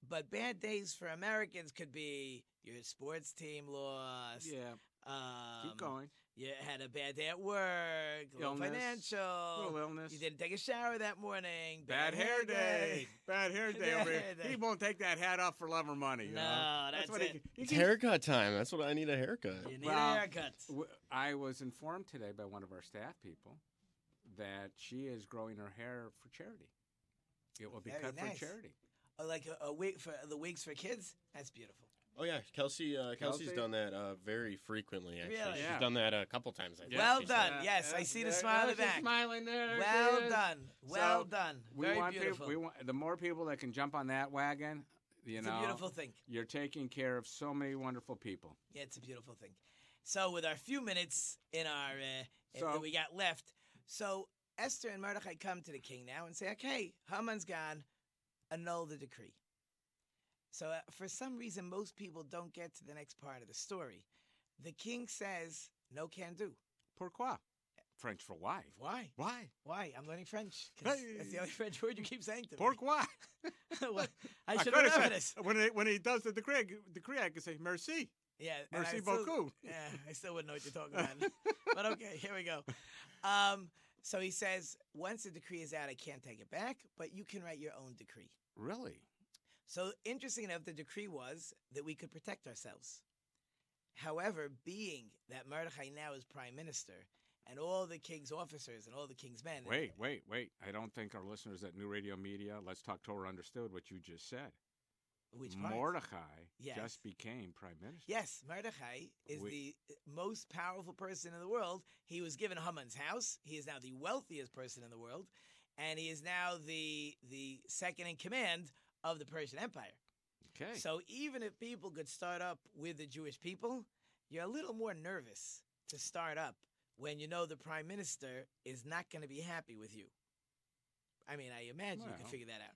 [SPEAKER 1] But bad days for Americans could be your sports team lost.
[SPEAKER 2] Yeah.
[SPEAKER 1] Um,
[SPEAKER 2] going.
[SPEAKER 1] You had a bad day at work, a little
[SPEAKER 2] Illness.
[SPEAKER 1] financial,
[SPEAKER 2] Little illness.
[SPEAKER 1] oh, You didn't take a shower that morning.
[SPEAKER 2] Bad hair day. Bad hair day over here.
[SPEAKER 1] hair day.
[SPEAKER 2] He won't take that hat off for love or money. you know?
[SPEAKER 1] No, that's
[SPEAKER 2] what
[SPEAKER 1] it.
[SPEAKER 2] He, he
[SPEAKER 9] It's
[SPEAKER 2] keeps-
[SPEAKER 9] haircut time. That's what I need a haircut.
[SPEAKER 1] You need a haircut.
[SPEAKER 2] w- I was informed today by one of our staff people that she is growing her hair for charity. It will be
[SPEAKER 1] Very
[SPEAKER 2] cut
[SPEAKER 1] nice.
[SPEAKER 2] for charity.
[SPEAKER 1] Oh, like a, a wig for the wigs for kids. That's beautiful.
[SPEAKER 9] Oh yeah, Kelsey. Uh, Kelsey's
[SPEAKER 1] Kelsey?
[SPEAKER 9] done that uh, very frequently. Actually,
[SPEAKER 1] Really?
[SPEAKER 9] she's
[SPEAKER 1] Yeah.
[SPEAKER 9] done that a couple times. I think.
[SPEAKER 1] Well
[SPEAKER 9] She's
[SPEAKER 1] done. yes, I see the smile in the back. well done. Well done.
[SPEAKER 2] We
[SPEAKER 1] Very
[SPEAKER 2] want peop-
[SPEAKER 1] beautiful.
[SPEAKER 2] we want the more people that can jump on that wagon. You
[SPEAKER 1] It's a
[SPEAKER 2] know,
[SPEAKER 1] beautiful thing.
[SPEAKER 2] You're taking care of so many wonderful people.
[SPEAKER 1] Yeah, it's a beautiful thing. So, with our few minutes in our uh,
[SPEAKER 2] So-
[SPEAKER 1] that we got left, so Esther and Mordecai come to the king now and say, "Okay, Haman's gone. Annul the decree." So, uh, for some reason, most people don't get to the next part of the story. The king says, "No can do."
[SPEAKER 2] Pourquoi? French for why?
[SPEAKER 1] Why?
[SPEAKER 2] Why?
[SPEAKER 1] Why? I'm learning French. 'cause That's the only French word you keep saying to me.
[SPEAKER 2] Pourquoi?
[SPEAKER 1] Well, I should
[SPEAKER 2] coulda
[SPEAKER 1] remember
[SPEAKER 2] said-
[SPEAKER 1] this.
[SPEAKER 2] When, it, when he does the decree, decree, I can say merci.
[SPEAKER 1] Yeah. and
[SPEAKER 2] Merci
[SPEAKER 1] I still-
[SPEAKER 2] beaucoup.
[SPEAKER 1] yeah, Eh, I still wouldn't know what you're talking about. but okay, here we go. Um, so he says, once the decree is out, I can't take it back, but you can write your own decree.
[SPEAKER 2] Really?
[SPEAKER 1] So interesting enough, the decree was that we could protect ourselves. However, being that Mordechai now is prime minister, and all the king's officers and all the king's men.
[SPEAKER 2] Wait, wait, wait. I don't think our listeners at New Radio Media, Let's Talk Torah, understood what you just said.
[SPEAKER 1] Which part?
[SPEAKER 2] Mordecai
[SPEAKER 1] Yes.
[SPEAKER 2] just became prime minister.
[SPEAKER 1] Yes, Mordechai is
[SPEAKER 2] We-
[SPEAKER 1] the eh, most powerful person in the world. He was given Haman's house. He is now the wealthiest person in the world, and he is now the the second in command of the Persian Empire.
[SPEAKER 2] Okay.
[SPEAKER 1] So even if people could start up with the Jewish people, you're a little more nervous to start up when you know the prime minister is not going to be happy with you. I mean, I imagine you can
[SPEAKER 2] Well,
[SPEAKER 1] figure that out.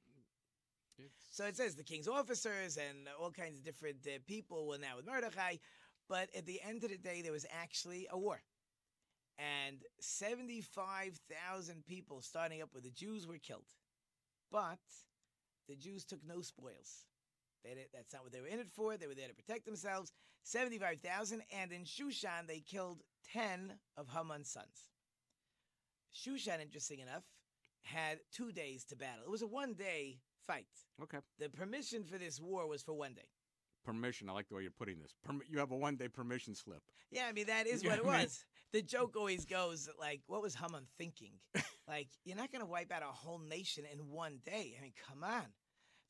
[SPEAKER 1] So it says the king's officers and all kinds of different uh, people were now with Mordecai. But at the end of the day, there was actually a war. And 75,000 people, starting up with the Jews, were killed. But the Jews took no spoils. They did, that's not what they were in it for. They were there to protect themselves. 75,000. And in Shushan, they killed 10 of Haman's sons. Shushan, interesting enough, had two days to battle. It was a one day fight.
[SPEAKER 2] Okay.
[SPEAKER 1] The permission for this war was for one day.
[SPEAKER 2] Permission. I like the way you're putting this. Perm- you have a one day permission slip.
[SPEAKER 1] Yeah, I mean that is
[SPEAKER 2] Yeah,
[SPEAKER 1] what it
[SPEAKER 2] I mean-
[SPEAKER 1] was. The joke always goes like, "What was Haman thinking? like, you're not going to wipe out a whole nation in one day. I mean, come on."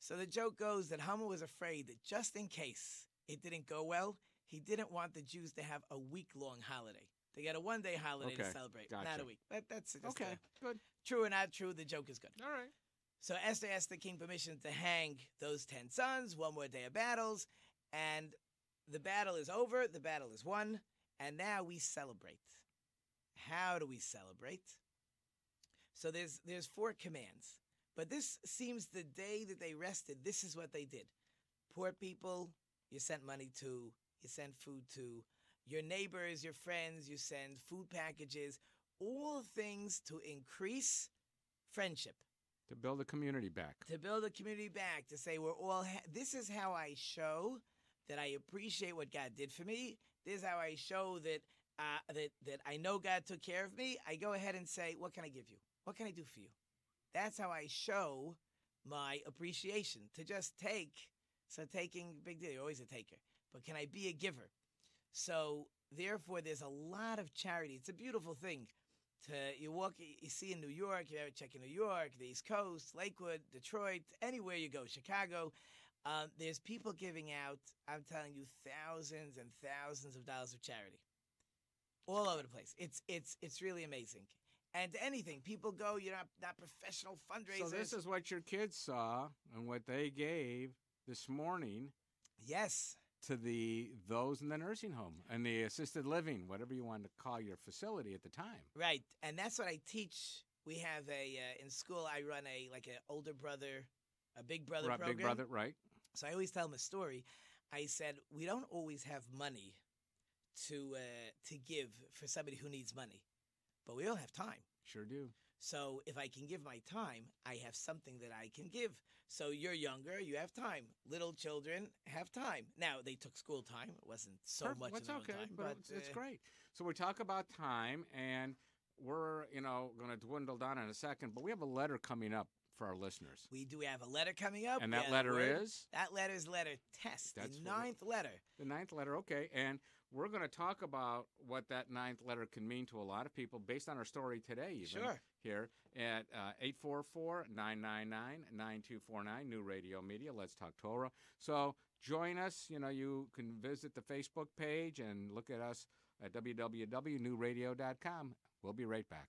[SPEAKER 1] So the joke goes that Haman was afraid that just in case it didn't go well, he didn't want the Jews to have a week long holiday. They got a one day holiday to
[SPEAKER 2] Okay,
[SPEAKER 1] celebrate, not
[SPEAKER 2] gotcha.
[SPEAKER 1] a week. That, that's just uh,
[SPEAKER 2] Okay,
[SPEAKER 1] a-
[SPEAKER 2] good.
[SPEAKER 1] True or not true, the joke is good.
[SPEAKER 2] All right.
[SPEAKER 1] So Esther asked the king permission to hang those 10 sons, one more day of battles, and the battle is over, the battle is won, and now we celebrate. How do we celebrate? So there's there's four commands. But this seems the day that they rested, this is what they did. Poor people, you sent money to, you sent food to, your neighbors, your friends, you send food packages, all things to increase friendship
[SPEAKER 2] To build a community back.
[SPEAKER 1] to build a community back to say we're all ha- this is how i show that i appreciate what god did for me this is how i show that uh, that that i know god took care of me i go ahead and say what can i give you what can i do for you that's how i show my appreciation to just take so taking big deal you're always a taker but can i be a giver so therefore there's a lot of charity it's a beautiful thing to you walk you see in New York, you ever check in New York, the East Coast, Lakewood, Detroit, anywhere you go, Chicago. Um, there's people giving out, I'm telling you, thousands and thousands of dollars of charity. All over the place. It's it's it's really amazing. And to anything, people go, you're not not professional fundraisers.
[SPEAKER 2] So this is what your kids saw and what they gave this morning.
[SPEAKER 1] Yes.
[SPEAKER 2] To the those in the nursing home and the assisted living, whatever you want to call your facility at the time.
[SPEAKER 1] Right, and that's what I teach. We have a uh, in school. I run a like an older brother, a big brother
[SPEAKER 2] right,
[SPEAKER 1] program.
[SPEAKER 2] big brother, right?
[SPEAKER 1] So I always tell them a story. I said we don't always have money to uh, to give for somebody who needs money, but we all have time.
[SPEAKER 2] Sure do.
[SPEAKER 1] So if I can give my time, I have something that I can give. So you're younger, you have time. Little children have time. Now they took school time; it wasn't so
[SPEAKER 2] Perfect.
[SPEAKER 1] much. of
[SPEAKER 2] That's
[SPEAKER 1] their own
[SPEAKER 2] okay,
[SPEAKER 1] time,
[SPEAKER 2] but, it's, it's
[SPEAKER 1] uh,
[SPEAKER 2] great. So we talk about time, and we're you know going to dwindle down in a second, but we have a letter coming up for our listeners.
[SPEAKER 1] We do have a letter coming up,
[SPEAKER 2] And
[SPEAKER 1] We
[SPEAKER 2] that
[SPEAKER 1] have
[SPEAKER 2] letter
[SPEAKER 1] word-
[SPEAKER 2] is?
[SPEAKER 1] that letter is letter test,
[SPEAKER 2] That's
[SPEAKER 1] the
[SPEAKER 2] what we-
[SPEAKER 1] ninth letter.
[SPEAKER 2] The ninth letter, okay, and we're going to talk about what that ninth letter can mean to a lot of people based on our story today. Even
[SPEAKER 1] Sure.
[SPEAKER 2] Here at uh, 844-999-9249, New Radio Media. Let's talk Torah. So join us. You know, you can visit the Facebook page and look at us at www.newradio.com. We'll be right back.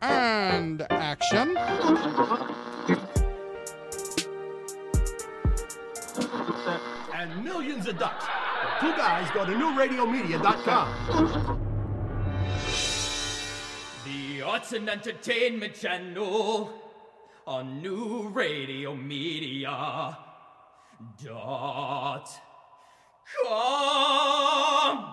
[SPEAKER 4] And action.
[SPEAKER 5] And millions of ducks. The two guys go to newradiomedia.com.
[SPEAKER 8] The Arts and Entertainment Channel on New Radio Media dot com.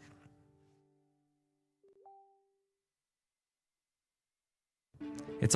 [SPEAKER 6] It's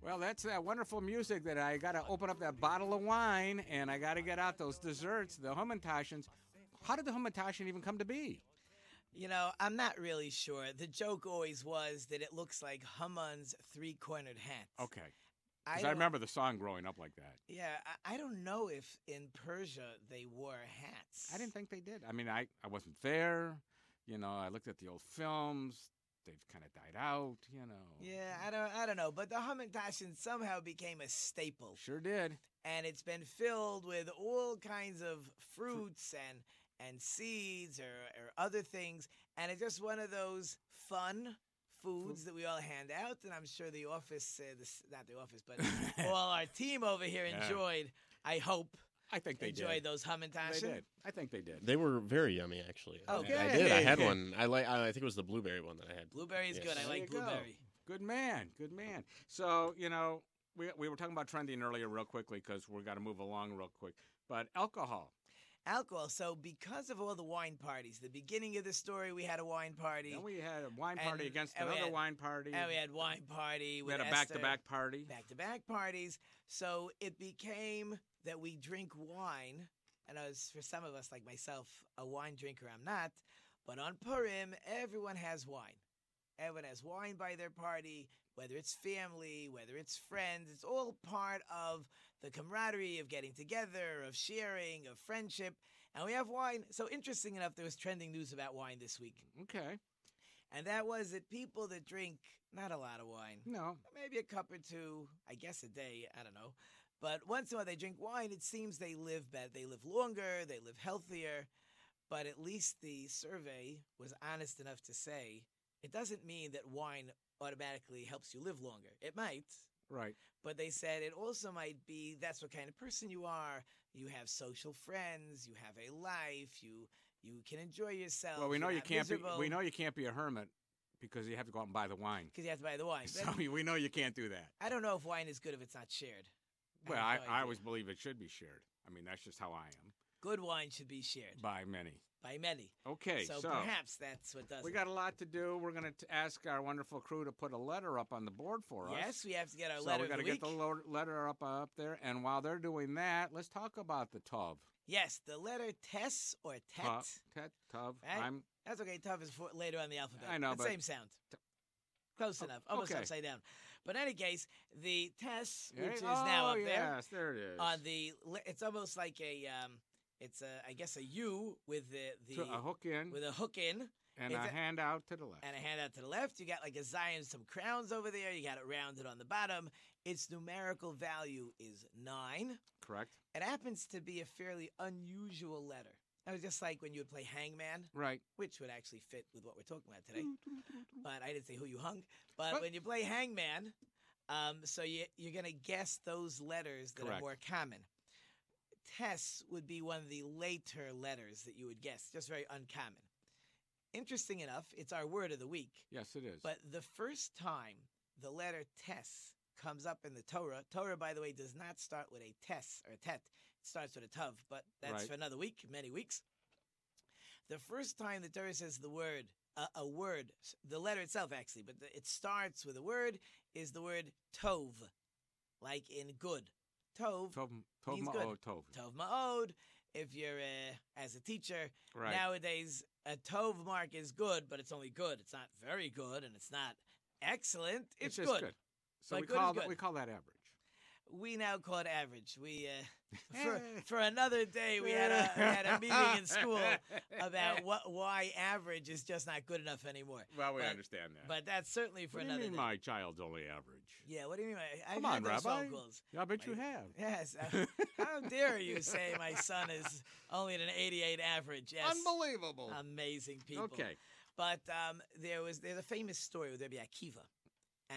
[SPEAKER 2] Well, that's that wonderful music that I got to open up that bottle of wine and I got to get out those desserts, the Humintations. How did the Humintation even come to be?
[SPEAKER 1] You know, I'm not really sure. The joke always was that it looks like Hummun's three cornered hat.
[SPEAKER 2] Okay.
[SPEAKER 1] I
[SPEAKER 2] 'Cause I,
[SPEAKER 1] don't-
[SPEAKER 2] remember the song growing up like that.
[SPEAKER 1] Yeah, I, I don't know if in Persia they wore hats.
[SPEAKER 2] I didn't think they did. I mean, I, I wasn't there. You know, I looked at the old films. They've kind of died out, you know.
[SPEAKER 1] Yeah, I don't, I don't know, but the Hamantashen somehow became a staple,
[SPEAKER 2] Sure did.
[SPEAKER 1] and it's been filled with all kinds of fruits and and seeds or, or other things, and it's just one of those fun foods that we all hand out, and I'm sure the office, uh, this, not the office, but all our team over here
[SPEAKER 9] Yeah.
[SPEAKER 1] enjoyed. I hope.
[SPEAKER 2] I think
[SPEAKER 9] they
[SPEAKER 1] enjoyed
[SPEAKER 9] did.
[SPEAKER 1] those Hamantashen.
[SPEAKER 2] They did. I think they did.
[SPEAKER 9] They were very yummy, actually. I-
[SPEAKER 1] Okay.
[SPEAKER 9] I did. I had
[SPEAKER 1] Okay.
[SPEAKER 9] one. I like. I think it was the blueberry one that I had.
[SPEAKER 1] Blueberry is
[SPEAKER 9] Yes.
[SPEAKER 1] good. I
[SPEAKER 2] There you
[SPEAKER 1] like
[SPEAKER 2] go.
[SPEAKER 1] blueberry.
[SPEAKER 2] Good man.
[SPEAKER 1] Oh.
[SPEAKER 2] Good man. So, you know, we, we were talking about trending earlier, real quickly, because we're going to move along real quick. But alcohol.
[SPEAKER 1] Alcohol. So, because of all the wine parties, the beginning of the story, we had a wine party.
[SPEAKER 2] Then we had a wine party
[SPEAKER 1] And-
[SPEAKER 2] against
[SPEAKER 1] and we
[SPEAKER 2] another
[SPEAKER 1] had-
[SPEAKER 2] wine party.
[SPEAKER 1] And we had wine party.
[SPEAKER 2] We
[SPEAKER 1] with
[SPEAKER 2] had a
[SPEAKER 1] Esther,
[SPEAKER 2] back-to-back party.
[SPEAKER 1] Back-to-back parties. So it became that we drink wine, and as for some of us, like myself, a wine drinker, I'm not. But on Purim, everyone has wine. Everyone has wine by their party, whether it's family, whether it's friends. It's all part of the camaraderie of getting together, of sharing, of friendship. And we have wine. So interesting enough, there was trending news about wine this week.
[SPEAKER 2] Okay.
[SPEAKER 1] And that was that people that drink not a lot of wine,
[SPEAKER 2] No.
[SPEAKER 1] maybe a cup or two, I guess a day, I don't know. But once in a while they drink wine, it seems they live better. They live longer, they live healthier. But at least the survey was honest enough to say it doesn't mean that wine automatically helps you live longer. It might,
[SPEAKER 2] Right.
[SPEAKER 1] but they said it also might be that's what kind of person you are. You have social friends, you have a life, you you can enjoy yourself.
[SPEAKER 2] Well, we know
[SPEAKER 1] you're
[SPEAKER 2] you
[SPEAKER 1] not
[SPEAKER 2] can't be.
[SPEAKER 1] miserable.
[SPEAKER 2] We know you can't be a hermit because you have to go out and buy the wine.
[SPEAKER 1] because you have to buy the wine.
[SPEAKER 2] So
[SPEAKER 1] But
[SPEAKER 2] we know you can't do that.
[SPEAKER 1] I don't know if wine is good if it's not shared. I
[SPEAKER 2] Well,
[SPEAKER 1] have
[SPEAKER 2] I,
[SPEAKER 1] no
[SPEAKER 2] I
[SPEAKER 1] idea.
[SPEAKER 2] always believe it should be shared. I mean, that's just how I am
[SPEAKER 1] good wine should be shared
[SPEAKER 2] by many.
[SPEAKER 1] by many.
[SPEAKER 2] Okay,
[SPEAKER 1] so,
[SPEAKER 2] so-
[SPEAKER 1] perhaps that's what does.
[SPEAKER 2] We
[SPEAKER 1] it.
[SPEAKER 2] got a lot to do. We're going to ask our wonderful crew to put a letter up on the board for us.
[SPEAKER 1] yes, we have to get our
[SPEAKER 2] so
[SPEAKER 1] letter.
[SPEAKER 2] we
[SPEAKER 1] of
[SPEAKER 2] gotta
[SPEAKER 1] the
[SPEAKER 2] get
[SPEAKER 1] week.
[SPEAKER 2] the lo- letter up uh, up there. And while they're doing that, let's talk about the tub.
[SPEAKER 1] yes, the letter Tess or Tet.
[SPEAKER 2] Tub. Tet. Tub.
[SPEAKER 1] right?
[SPEAKER 2] I'm.
[SPEAKER 1] That's okay. Tov is for, later on the alphabet.
[SPEAKER 2] I know,
[SPEAKER 1] But
[SPEAKER 2] but- oh,
[SPEAKER 1] same sound. Close enough. Almost
[SPEAKER 2] okay.
[SPEAKER 1] upside down. But in any case, the Tess,
[SPEAKER 2] Hey,
[SPEAKER 1] which is now
[SPEAKER 2] oh,
[SPEAKER 1] up there
[SPEAKER 2] yes, there it is.
[SPEAKER 1] on the, li- it's almost like a, um, it's a, I guess a U with the, the
[SPEAKER 2] To a hook in
[SPEAKER 1] with a hook in.
[SPEAKER 2] and a
[SPEAKER 1] It's
[SPEAKER 2] hand out to the left.
[SPEAKER 1] and a handout to the left. You got like a Zion, some crowns over there. You got it rounded on the bottom. Its numerical value is nine.
[SPEAKER 2] Correct.
[SPEAKER 1] It happens to be a fairly unusual letter. I was just like when you would play Hangman,
[SPEAKER 2] Right.
[SPEAKER 1] which would actually fit with what we're talking about today.
[SPEAKER 10] Mm.
[SPEAKER 1] But I didn't say who you hung. But when you play Hangman, um, so you, you're going to guess those letters that
[SPEAKER 2] Correct.
[SPEAKER 1] are more common. Tess would be one of the later letters that you would guess, just very uncommon. Interesting enough, it's our word of the week.
[SPEAKER 2] Yes, it is.
[SPEAKER 1] But the first time the letter tes comes up in the Torah, Torah, by the way, does not start with a tes or a tet. It starts with a tov, but that's
[SPEAKER 2] Right.
[SPEAKER 1] for another week, many weeks. The first time the Torah says the word, uh, a word, s- the letter itself actually, but the, it starts with a word, is the word tov, like in good. Tov,
[SPEAKER 2] Tov, tov
[SPEAKER 1] means
[SPEAKER 2] ma'od,
[SPEAKER 1] good.
[SPEAKER 2] tov.
[SPEAKER 1] Tov Ma'od. If you're uh, as a teacher
[SPEAKER 2] Right.
[SPEAKER 1] nowadays, a Tov mark is good, but it's only good. It's not very good, and it's not excellent. It's,
[SPEAKER 2] just good.
[SPEAKER 1] good.
[SPEAKER 2] So
[SPEAKER 1] But
[SPEAKER 2] we
[SPEAKER 1] good is
[SPEAKER 2] call that
[SPEAKER 1] good.
[SPEAKER 2] we call that average.
[SPEAKER 1] We now call it average. We uh, for for another day we had a we had a meeting in school about what why average is just not good enough anymore.
[SPEAKER 2] Well, we
[SPEAKER 1] But-
[SPEAKER 2] understand that.
[SPEAKER 1] But that's certainly for
[SPEAKER 2] what do you
[SPEAKER 1] another
[SPEAKER 2] mean
[SPEAKER 1] day.
[SPEAKER 2] my child's only average?
[SPEAKER 1] yeah, what do you mean? I,
[SPEAKER 2] Come
[SPEAKER 1] I've
[SPEAKER 2] on,
[SPEAKER 1] had those phone
[SPEAKER 2] Rabbi.
[SPEAKER 1] calls.
[SPEAKER 2] Yeah, I bet you
[SPEAKER 1] My-
[SPEAKER 2] have.
[SPEAKER 1] Yes. uh, how dare you say my son is only at an 88 average? Yes.
[SPEAKER 2] Unbelievable.
[SPEAKER 1] Amazing people.
[SPEAKER 2] Okay.
[SPEAKER 1] But um, there was there's a famous story with Rabbi Akiva,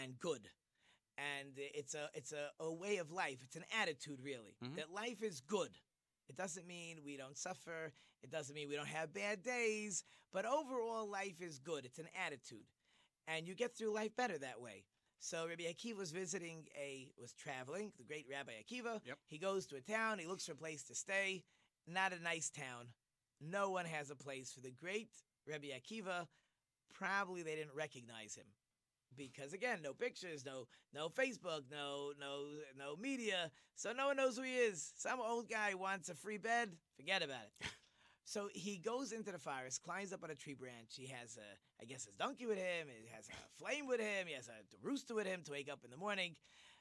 [SPEAKER 1] and good, and it's a it's a, a way of life. It's an attitude really
[SPEAKER 11] Mhm.
[SPEAKER 1] that life is good. It doesn't mean we don't suffer. It doesn't mean we don't have bad days. But overall, life is good. It's an attitude, and you get through life better that way. So Rabbi Akiva was visiting a was traveling. The great Rabbi Akiva. He goes to a town. He looks for a place to stay, not a nice town. No one has a place for the great Rebbe Akiva. Probably they didn't recognize him because again, no pictures, no no Facebook, no no no media, so no one knows who he is. Some old guy wants a free bed. Forget about it. So he goes into the forest, climbs up on a tree branch. He has a, I guess, his donkey with him. He has a flame with him. He has a rooster with him to wake up in the morning.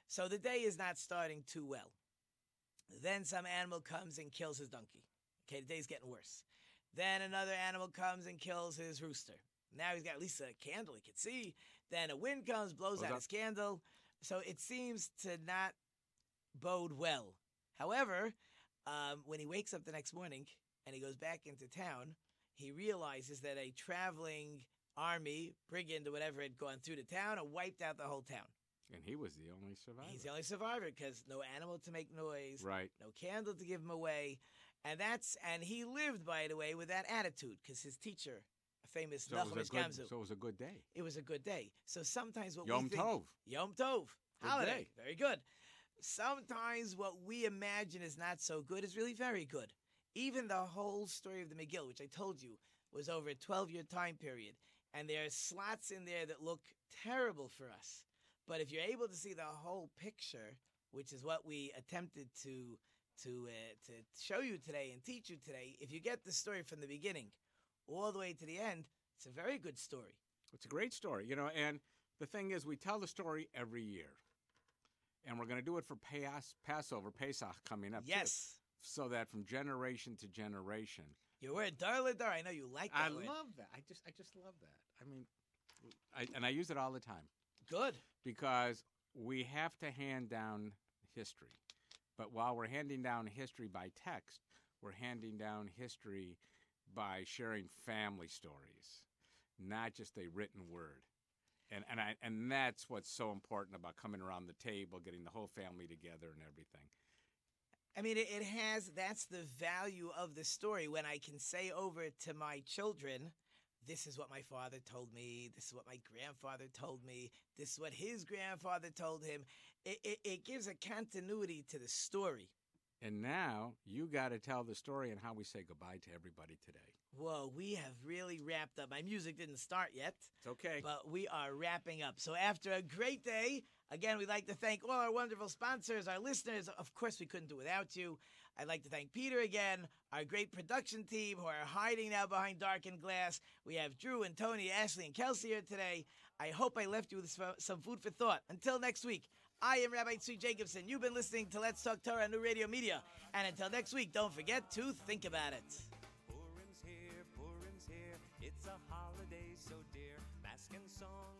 [SPEAKER 1] So the day is not starting too well. Then some animal comes and kills his donkey. Okay, the day's getting worse. Then another animal comes and kills his rooster. Now he's got at least a candle he can see. Then a wind comes, blows
[SPEAKER 2] Blows
[SPEAKER 1] out
[SPEAKER 2] out-
[SPEAKER 1] his candle. So it seems to not bode well. However, um, when he wakes up the next morning and he goes back into town, he realizes that a traveling army, brigand, or whatever, had gone through the town and wiped out the whole town.
[SPEAKER 2] And he was the only survivor.
[SPEAKER 1] He's the only survivor because no animal to make noise,
[SPEAKER 2] Right.
[SPEAKER 1] No candle to give him away, and that's and he lived, by the way, with that attitude because his teacher, a famous
[SPEAKER 2] So it,
[SPEAKER 1] Nachum
[SPEAKER 2] was a
[SPEAKER 1] Ish
[SPEAKER 2] good,
[SPEAKER 1] Gamzu,
[SPEAKER 2] so it was a good day.
[SPEAKER 1] it was a good day. So sometimes what we
[SPEAKER 2] Yom
[SPEAKER 1] think,
[SPEAKER 2] Tov.
[SPEAKER 1] Yom Tov,
[SPEAKER 2] Good
[SPEAKER 1] holiday,
[SPEAKER 2] day.
[SPEAKER 1] very good. Sometimes what we imagine is not so good is really very good. Even the whole story of the McGill, which I told you was over a 12-year time period, and there are slots in there that look terrible for us. But if you're able to see the whole picture, which is what we attempted to to uh, to show you today and teach you today, if you get the story from the beginning all the way to the end, it's a very good story.
[SPEAKER 2] It's a great story, you know. And the thing is, we tell the story every year, and we're going to do it for Pas- Passover, Pesach coming up. too,
[SPEAKER 1] Yes.
[SPEAKER 2] so that from generation to generation,
[SPEAKER 1] Your word, Dar Lidar. I know you like that.
[SPEAKER 2] I
[SPEAKER 1] word.
[SPEAKER 2] love that. I just, I just love that. I mean, I, and I use it all the time.
[SPEAKER 1] Good.
[SPEAKER 2] Because we have to hand down history. But while we're handing down history by text, we're handing down history by sharing family stories, not just a written word. And, and, I, and that's what's so important about coming around the table, getting the whole family together and everything.
[SPEAKER 1] I mean, it, it has. That's the value of the story. When I can say over to my children, "This is what my father told me. This is what my grandfather told me. This is what his grandfather told him." It, it, it gives a continuity to the story.
[SPEAKER 2] And now you got to tell the story and how we say goodbye to everybody today.
[SPEAKER 1] Whoa, we have really wrapped up. My music didn't start yet.
[SPEAKER 2] It's okay.
[SPEAKER 1] But we are wrapping up. So after a great day, again, we'd like to thank all our wonderful sponsors, our listeners. Of course, we couldn't do without you. I'd like to thank Peter again, our great production team who are hiding now behind darkened glass. We have Drew and Tony, Ashley and Kelsey here today. I hope I left you with some- some food for thought. Until next week, I am Rabbi Tzvi Jacobson. You've been listening to Let's Talk Torah on New Radio Media. And until next week, don't forget to think about it.
[SPEAKER 11] Purim's here, Purim's here. It's a holiday so dear. Mask and song